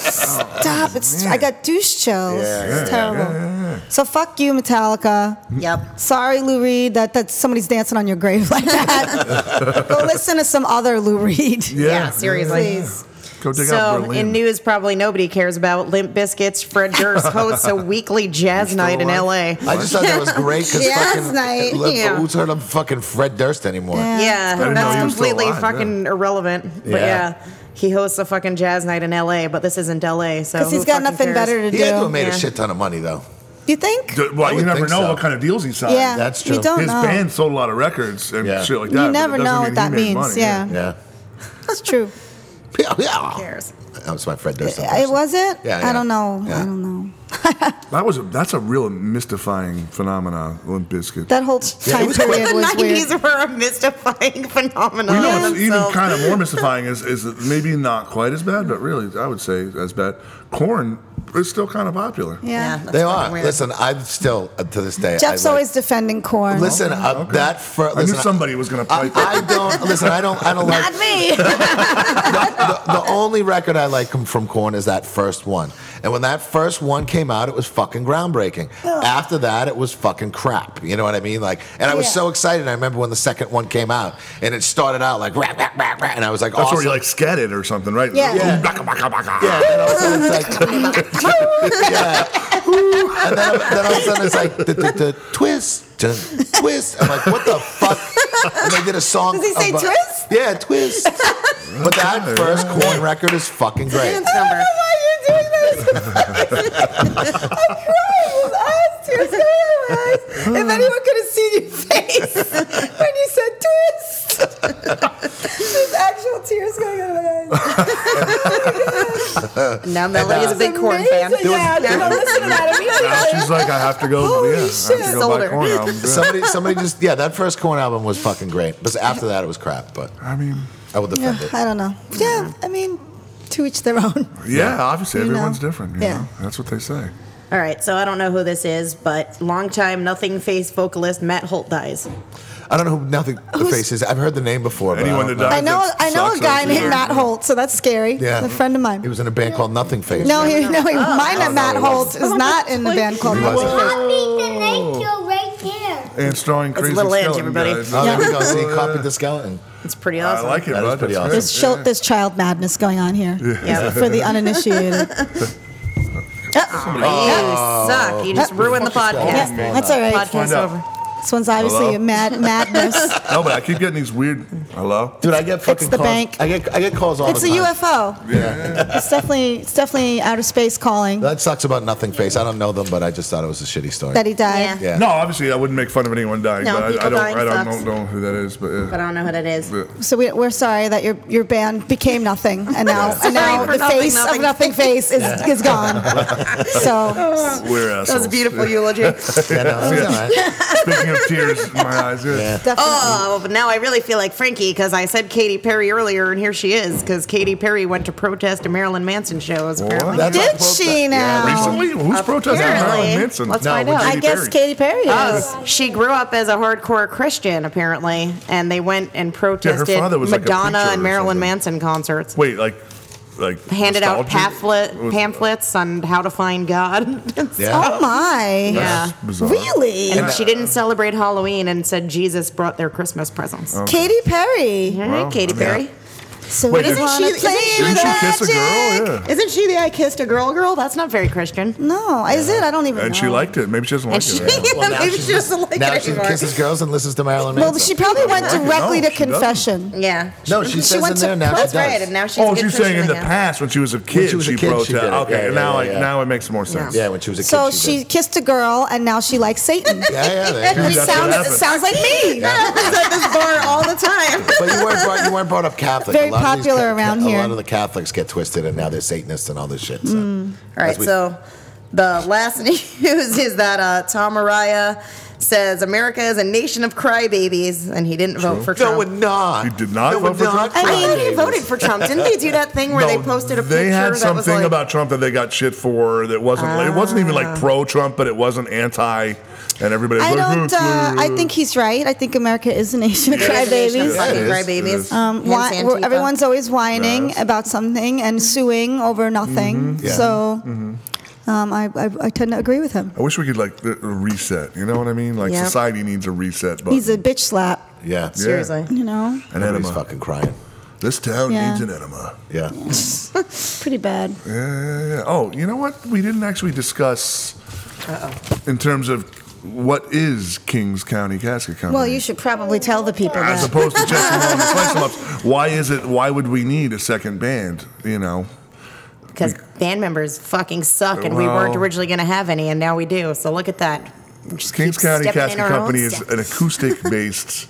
Speaker 2: Stop. It's, I got douche chills.
Speaker 1: Yeah,
Speaker 2: it's terrible. So fuck you, Metallica.
Speaker 4: Yep.
Speaker 2: Sorry, Lou Reed, that, that somebody's dancing on your grave like that. Go listen to some other Lou Reed.
Speaker 3: Yeah,
Speaker 4: Yeah, seriously.
Speaker 2: Please.
Speaker 3: Go dig out
Speaker 4: So,
Speaker 3: Berlin.
Speaker 4: in news probably nobody cares about, Limp Biscuits, Fred Durst hosts a weekly jazz night in LA.
Speaker 3: alive?
Speaker 1: I just thought that was great because
Speaker 2: Yeah,
Speaker 1: fucking
Speaker 2: it's nice,
Speaker 1: look,
Speaker 4: yeah.
Speaker 1: who's heard of fucking Fred Durst anymore?
Speaker 2: Yeah.
Speaker 4: Yeah,
Speaker 3: didn't know
Speaker 4: that's
Speaker 3: he was still
Speaker 4: completely
Speaker 3: alive,
Speaker 4: fucking irrelevant. But
Speaker 1: Yeah.
Speaker 4: yeah. he hosts a fucking jazz night in LA, but this isn't LA, so
Speaker 2: Because he's
Speaker 4: who
Speaker 2: got
Speaker 4: fucking
Speaker 2: nothing
Speaker 4: cares?
Speaker 2: better to
Speaker 1: He
Speaker 2: do.
Speaker 1: had to have made a
Speaker 4: Yeah.
Speaker 1: shit ton of money though.
Speaker 2: You think?
Speaker 3: D-
Speaker 1: I
Speaker 3: well, you
Speaker 1: would
Speaker 3: never know
Speaker 1: think so.
Speaker 3: what kind of deals he signed.
Speaker 2: yeah.
Speaker 1: uh, that's
Speaker 2: You
Speaker 1: true.
Speaker 2: don't
Speaker 3: His
Speaker 2: know.
Speaker 3: band sold a lot of records and
Speaker 1: Yeah.
Speaker 3: shit like
Speaker 2: Oh, You
Speaker 3: that. but it
Speaker 2: never
Speaker 3: doesn't
Speaker 2: know
Speaker 3: mean
Speaker 2: what
Speaker 3: he
Speaker 2: that
Speaker 3: made
Speaker 2: means,
Speaker 3: money,
Speaker 2: yeah.
Speaker 1: Yeah.
Speaker 2: It's true.
Speaker 1: Yeah. yeah.
Speaker 4: cares?
Speaker 1: That was my Fred Durst.
Speaker 2: It was it?
Speaker 1: Yeah, yeah.
Speaker 2: I don't know.
Speaker 1: Yeah.
Speaker 2: I don't know.
Speaker 3: That was a, that's a real mystifying phenomenon, Limp Bizkit.
Speaker 2: That whole time
Speaker 1: was
Speaker 2: period
Speaker 4: The
Speaker 2: was weird.
Speaker 4: nineties were a mystifying phenomenon.
Speaker 3: you know,
Speaker 4: in
Speaker 3: what's even
Speaker 4: themselves.
Speaker 3: kind of more mystifying is is that maybe not quite as bad, but really, I would say as bad. Corn is still kind of popular.
Speaker 2: yeah.
Speaker 4: that's
Speaker 1: They
Speaker 4: fucking
Speaker 1: are.
Speaker 4: weird.
Speaker 1: Listen, I'm still uh, to this day. I
Speaker 2: Jeff's
Speaker 1: like-
Speaker 2: always defending corn.
Speaker 1: Listen, uh, that fr-
Speaker 3: I
Speaker 1: listen,
Speaker 3: knew somebody was going to
Speaker 1: I,
Speaker 3: play.
Speaker 1: I don't listen. I don't. I don't like.
Speaker 2: Not me.
Speaker 1: the, the only record I like com- from Korn is that first one. And when that first one came out, it was fucking groundbreaking. After that, it was fucking crap. You know what I mean? Like, and I was
Speaker 2: Yeah.
Speaker 1: so excited. I remember when the second one came out, and it started out like rap, rap, rap, rap, and I was like,
Speaker 3: that's
Speaker 1: awesome.
Speaker 3: where you like scatted or something, right?
Speaker 2: Yeah. Yeah.
Speaker 3: Baka, baka, baka.
Speaker 1: Yeah, and all of a sudden it's like, yeah. And then, then all of a sudden it's like, the, the, the twist, dun, twist. I'm like, what the fuck? And they did a song.
Speaker 2: Does he say
Speaker 1: about-
Speaker 2: twist?
Speaker 1: Yeah, twist. But that first corn record is fucking great.
Speaker 4: Dance number.
Speaker 2: Why are you doing this? I'm crying. His eyes, tears coming out of my eyes. If anyone could have seen your face when you said twist, there's actual tears going out of my eyes.
Speaker 4: Now Melody is a big
Speaker 2: It's
Speaker 4: corn fan.
Speaker 2: amazing. Yeah, I'm gonna listen to that
Speaker 3: Now
Speaker 2: immediately.
Speaker 3: she's like, I have to go.
Speaker 2: Holy
Speaker 3: yeah, I have
Speaker 2: shit.
Speaker 3: to go buy
Speaker 4: Sold her.
Speaker 3: corn albums. Yeah.
Speaker 1: Somebody, somebody just yeah. That first Corn album was fucking great, but after that it was crap. But
Speaker 3: I mean,
Speaker 1: I will defend
Speaker 2: Yeah,
Speaker 1: it.
Speaker 2: I don't know. Yeah, I mean, to each their own.
Speaker 3: yeah, obviously
Speaker 2: You know.
Speaker 3: everyone's different. You
Speaker 2: Yeah.
Speaker 3: know? that's what they say.
Speaker 4: All right, so I don't know who this is, but longtime Nothing Face vocalist Matt Holt dies.
Speaker 1: I don't know who nothing the face is. I've heard the name before. but
Speaker 3: Anyone
Speaker 1: I
Speaker 3: that
Speaker 1: don't
Speaker 3: dies,
Speaker 2: I know.
Speaker 3: that
Speaker 2: I know a
Speaker 3: sucks,
Speaker 2: guy
Speaker 3: that's
Speaker 2: named
Speaker 3: weird.
Speaker 2: Matt Holt, so that's scary.
Speaker 1: Yeah.
Speaker 2: He's a friend of mine.
Speaker 1: He was in a band called Nothing Face.
Speaker 2: no, he, no, he, mine and Matt
Speaker 1: no.
Speaker 2: Holt is not in the band called
Speaker 1: He
Speaker 2: Nothing
Speaker 1: wasn't.
Speaker 2: Face.
Speaker 6: Copied the night kill right there.
Speaker 3: And strong, crazy
Speaker 4: Little Edge,
Speaker 3: skeleton
Speaker 4: everybody.
Speaker 3: guys.
Speaker 1: Oh, there we go. See,
Speaker 3: Uh,
Speaker 1: he copied the skeleton.
Speaker 4: It's pretty
Speaker 3: I
Speaker 4: awesome.
Speaker 3: like it,
Speaker 1: That is
Speaker 3: bud.
Speaker 1: pretty
Speaker 3: That's
Speaker 1: awesome.
Speaker 3: great.
Speaker 2: There's, chil- there's child madness going on here
Speaker 4: Yeah.
Speaker 2: for the uninitiated.
Speaker 4: You
Speaker 3: Oh.
Speaker 4: suck. You just ruined the
Speaker 2: Yeah,
Speaker 4: podcast.
Speaker 2: that's all right.
Speaker 4: Podcast
Speaker 3: Find out.
Speaker 4: over.
Speaker 2: This one's obviously
Speaker 3: Hello?
Speaker 2: a mad madness.
Speaker 3: No, but I keep getting these weird. Hello.
Speaker 1: Dude, I get fucking
Speaker 2: the
Speaker 1: calls.
Speaker 2: bank.
Speaker 1: I get I get calls all
Speaker 2: it's a
Speaker 1: the time.
Speaker 2: UFO. It's definitely it's definitely outer space calling
Speaker 1: That sucks about Nothing Face. I don't know them, but I just thought it was a shitty story.
Speaker 2: that he died.
Speaker 1: Yeah.
Speaker 3: No, obviously I wouldn't make fun of anyone dying,
Speaker 4: No,
Speaker 3: but I, I
Speaker 4: people
Speaker 3: don't,
Speaker 4: dying
Speaker 3: I don't
Speaker 4: sucks.
Speaker 3: know, know who that is. But, yeah.
Speaker 4: But I don't know who that is.
Speaker 3: But-
Speaker 2: So we, we're sorry that your your band became nothing, and now and now
Speaker 4: Sorry for
Speaker 2: the
Speaker 4: nothing,
Speaker 2: face of
Speaker 4: nothing.
Speaker 2: nothing face is is gone.
Speaker 4: Oh.
Speaker 2: So
Speaker 3: We're assholes.
Speaker 4: um, That was a beautiful eulogy.
Speaker 1: Yeah, no, it's all right.
Speaker 3: Speaking of tears in my eyes, yeah.
Speaker 2: definitely.
Speaker 4: Oh, but now I really feel like Frankie because I said Katy Perry earlier, and here she is because Katy Perry went to protest a Marilyn Manson show. is Apparently.
Speaker 1: That's
Speaker 2: Did
Speaker 1: not post-
Speaker 2: she now?
Speaker 3: Recently, who's protesting Marilyn
Speaker 4: Um, Apparently.
Speaker 3: Manson?
Speaker 4: Let's
Speaker 1: No,
Speaker 4: find
Speaker 1: we
Speaker 4: out.
Speaker 2: I
Speaker 3: Katy
Speaker 2: guess
Speaker 3: Perry.
Speaker 2: Katy Perry is.
Speaker 4: Oh, she grew up as a hardcore Christian, apparently, and they went and protested
Speaker 3: father was like a
Speaker 4: Madonna
Speaker 3: preacher
Speaker 4: and
Speaker 3: or
Speaker 4: Marilyn
Speaker 3: something.
Speaker 4: Manson concerts.
Speaker 3: Wait, like, like
Speaker 4: Handed out
Speaker 3: nostalgia?
Speaker 4: pamphlet,
Speaker 3: Was- uh,
Speaker 4: pamphlets on how to find God.
Speaker 1: Yeah.
Speaker 2: Oh my!
Speaker 4: yeah.
Speaker 3: Bizarre.
Speaker 2: Really,
Speaker 4: And she didn't celebrate Halloween and said Jesus brought their Christmas presents.
Speaker 2: Katy Perry.
Speaker 4: All right, Katy
Speaker 3: Oh, I mean,
Speaker 4: Perry.
Speaker 2: So
Speaker 3: Wait,
Speaker 2: we
Speaker 3: did-
Speaker 2: wanna
Speaker 4: Isn't she-
Speaker 2: play
Speaker 4: isn't
Speaker 2: with
Speaker 3: Didn't she kiss a girl?
Speaker 2: magic.
Speaker 3: Yeah.
Speaker 4: Isn't she the I kissed a girl girl? That's not very Christian.
Speaker 2: No, is it? I don't even.
Speaker 3: And
Speaker 2: know.
Speaker 3: she liked it. Maybe she doesn't like
Speaker 4: she-
Speaker 3: it. right now.
Speaker 1: Well, now
Speaker 4: Maybe
Speaker 1: she's-
Speaker 4: she doesn't like
Speaker 1: now
Speaker 4: it
Speaker 1: she
Speaker 4: anymore.
Speaker 1: kisses girls and listens to Marilyn Manson.
Speaker 2: Well, she probably went directly
Speaker 3: No,
Speaker 2: to
Speaker 3: she doesn't.
Speaker 2: confession.
Speaker 4: Yeah.
Speaker 1: no, she says
Speaker 2: went
Speaker 1: in
Speaker 2: to
Speaker 1: there now.
Speaker 2: press
Speaker 1: she does.
Speaker 4: Right, and now she's a
Speaker 3: Oh,
Speaker 4: good
Speaker 3: she's saying in
Speaker 4: Christian
Speaker 3: the
Speaker 4: again.
Speaker 3: past when she was a kid,
Speaker 1: she was a kid, she
Speaker 3: protested.
Speaker 1: did it.
Speaker 3: Okay,
Speaker 1: Yeah, yeah,
Speaker 3: now,
Speaker 1: yeah,
Speaker 3: I,
Speaker 1: yeah.
Speaker 3: now it makes more sense.
Speaker 1: Yeah, when she was a kid.
Speaker 2: So
Speaker 1: did.
Speaker 2: she kissed a girl, and now she likes Satan.
Speaker 1: Yeah, yeah, there you
Speaker 2: Which
Speaker 1: go.
Speaker 3: That's what
Speaker 2: sounds
Speaker 3: happened.
Speaker 2: sounds like me.
Speaker 4: It's at this bar all the time.
Speaker 1: But you weren't brought, you weren't brought up Catholic.
Speaker 2: Very
Speaker 1: a lot of these
Speaker 2: popular
Speaker 1: Ca-
Speaker 2: around
Speaker 1: Ca-
Speaker 2: here.
Speaker 1: A lot of the Catholics get twisted, and now they're Satanists and all this shit. So.
Speaker 2: Mm.
Speaker 4: All right,
Speaker 1: As we-
Speaker 4: so the last news is that uh, Tom Araya says America is a nation of crybabies, and he didn't vote for
Speaker 1: No,
Speaker 4: Trump.
Speaker 1: we're not.
Speaker 3: You did not
Speaker 1: No, we're
Speaker 3: vote for
Speaker 1: not.
Speaker 4: I thought he
Speaker 1: Davis.
Speaker 4: voted for Trump. Didn't they do that thing where
Speaker 3: No,
Speaker 4: they posted a picture
Speaker 3: they had
Speaker 4: that was
Speaker 3: something
Speaker 4: like, Ah.
Speaker 3: about Trump that they got shit for that wasn't it wasn't even like pro Trump but it wasn't anti And everybody's
Speaker 2: I
Speaker 3: like, "Hmm,
Speaker 2: don't. Uh, I think he's right. I think America is a nation of crybabies.
Speaker 1: Yeah, it
Speaker 4: Fucking
Speaker 1: is, it
Speaker 4: crybabies.
Speaker 1: is.
Speaker 2: Um, whi-
Speaker 5: Hence
Speaker 2: we're-
Speaker 5: Antifa.
Speaker 2: everyone's always whining
Speaker 3: Yes. Mm-hmm.
Speaker 2: about something and suing over nothing.
Speaker 1: Yeah.
Speaker 2: So um, I, I, I tend to agree with him.
Speaker 3: I wish we could like th- reset. You know what I mean? Like
Speaker 5: Yeah.
Speaker 3: society needs a reset button.
Speaker 2: He's a bitch slap,
Speaker 1: Yeah.
Speaker 5: Seriously.
Speaker 2: you know?
Speaker 3: An
Speaker 1: Everybody's
Speaker 3: enema.
Speaker 1: fucking crying.
Speaker 3: This town
Speaker 2: Yeah.
Speaker 3: needs an enema.
Speaker 1: Yeah.
Speaker 2: Pretty bad.
Speaker 3: Yeah, yeah, yeah. Oh, you know what? We didn't actually discuss in terms of what is Kings County Casket Company.
Speaker 2: Well, you should probably tell the people
Speaker 3: as
Speaker 2: that.
Speaker 3: opposed to Jesse Malone and Slice 'Em Ups. Why is it? Why would we need a second band? You know,
Speaker 5: Because band members fucking suck, and we
Speaker 3: Well-
Speaker 5: weren't originally going to have any, and now we do. So look at that. We just
Speaker 3: Kings
Speaker 5: keep
Speaker 3: County
Speaker 5: stepping in
Speaker 3: Casket
Speaker 5: our own
Speaker 3: Company is
Speaker 5: steps.
Speaker 3: an acoustic-based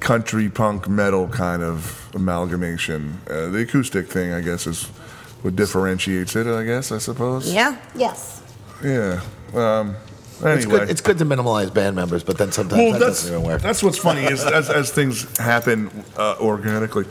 Speaker 3: country punk metal kind of amalgamation. Uh, the acoustic thing, I guess, is what differentiates it. I guess, I suppose.
Speaker 5: Yeah.
Speaker 6: Yes.
Speaker 3: Yeah. Um, anyway.
Speaker 1: It's good. It's good to minimalize band members, but then sometimes
Speaker 3: well,
Speaker 1: that
Speaker 3: that's
Speaker 1: doesn't even work.
Speaker 3: that's what's funny is as, as things happen uh, organically.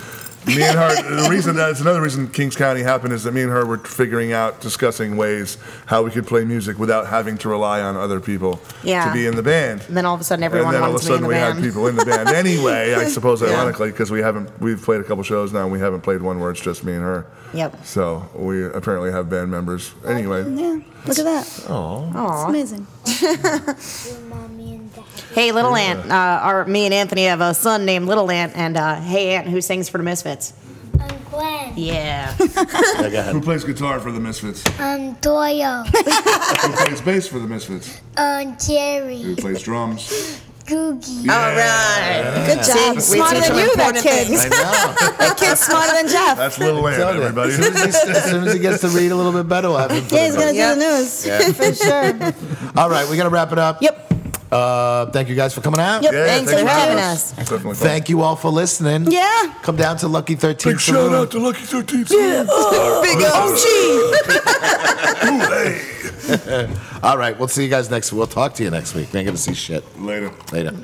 Speaker 3: Me and her. the reason that's another reason Kings County happened is that me and her were figuring out, discussing ways how we could play music without having to rely on other people
Speaker 5: Yeah.
Speaker 3: to be in the band.
Speaker 5: And then all of a sudden, everyone
Speaker 3: and then all of a
Speaker 5: wants to be in
Speaker 3: sudden
Speaker 5: the
Speaker 3: we
Speaker 5: band.
Speaker 3: have people in the band anyway. I suppose ironically because we haven't we've played a couple shows now and we haven't played one where it's just me and her.
Speaker 5: Yep.
Speaker 3: So we apparently have band members anyway.
Speaker 2: Yeah, look at that. It's
Speaker 5: Aw.
Speaker 2: amazing.
Speaker 6: Your mommy and daddy.
Speaker 5: Hey, little Ant. Uh, our, me and Anthony have a son named Little Ant, and uh, hey, Ant, who sings for the Misfits?
Speaker 6: I'm Gwen.
Speaker 5: Yeah.
Speaker 1: Yeah, go
Speaker 3: Who
Speaker 1: ahead.
Speaker 3: plays guitar for the Misfits?
Speaker 6: I'm Doyle.
Speaker 3: Who plays bass for the Misfits?
Speaker 6: I'm
Speaker 3: Who
Speaker 6: Jerry.
Speaker 3: plays drums?
Speaker 5: all
Speaker 6: Googie.
Speaker 5: right.
Speaker 2: Good job.
Speaker 5: we
Speaker 2: smarter
Speaker 5: teach
Speaker 2: than
Speaker 5: them
Speaker 2: you, that
Speaker 5: important
Speaker 2: kid.
Speaker 5: things.
Speaker 1: I know.
Speaker 2: that kid's smarter than Jeff.
Speaker 3: That's Lil Wayne,
Speaker 1: Tell you.
Speaker 3: everybody.
Speaker 1: As soon as, he, as soon as he gets to read a little bit better, we'll have him. put
Speaker 2: Yeah,
Speaker 1: it
Speaker 2: he's
Speaker 1: up.
Speaker 2: gonna
Speaker 5: Yep.
Speaker 2: do the news for sure.
Speaker 1: All right, we got to wrap it up.
Speaker 2: Yep.
Speaker 1: Uh, thank you guys for coming out.
Speaker 2: Yep.
Speaker 3: Yeah,
Speaker 5: Thanks for having us.
Speaker 3: It's definitely fun.
Speaker 1: Thank you all for listening.
Speaker 2: Yeah.
Speaker 1: Come down to Lucky 13
Speaker 3: Big shout out to Lucky 13 Saloon.
Speaker 2: Big OG.
Speaker 1: All right, we'll see you guys next week. We'll talk to you next week. We ain't going to see shit.
Speaker 3: Later.
Speaker 1: Later.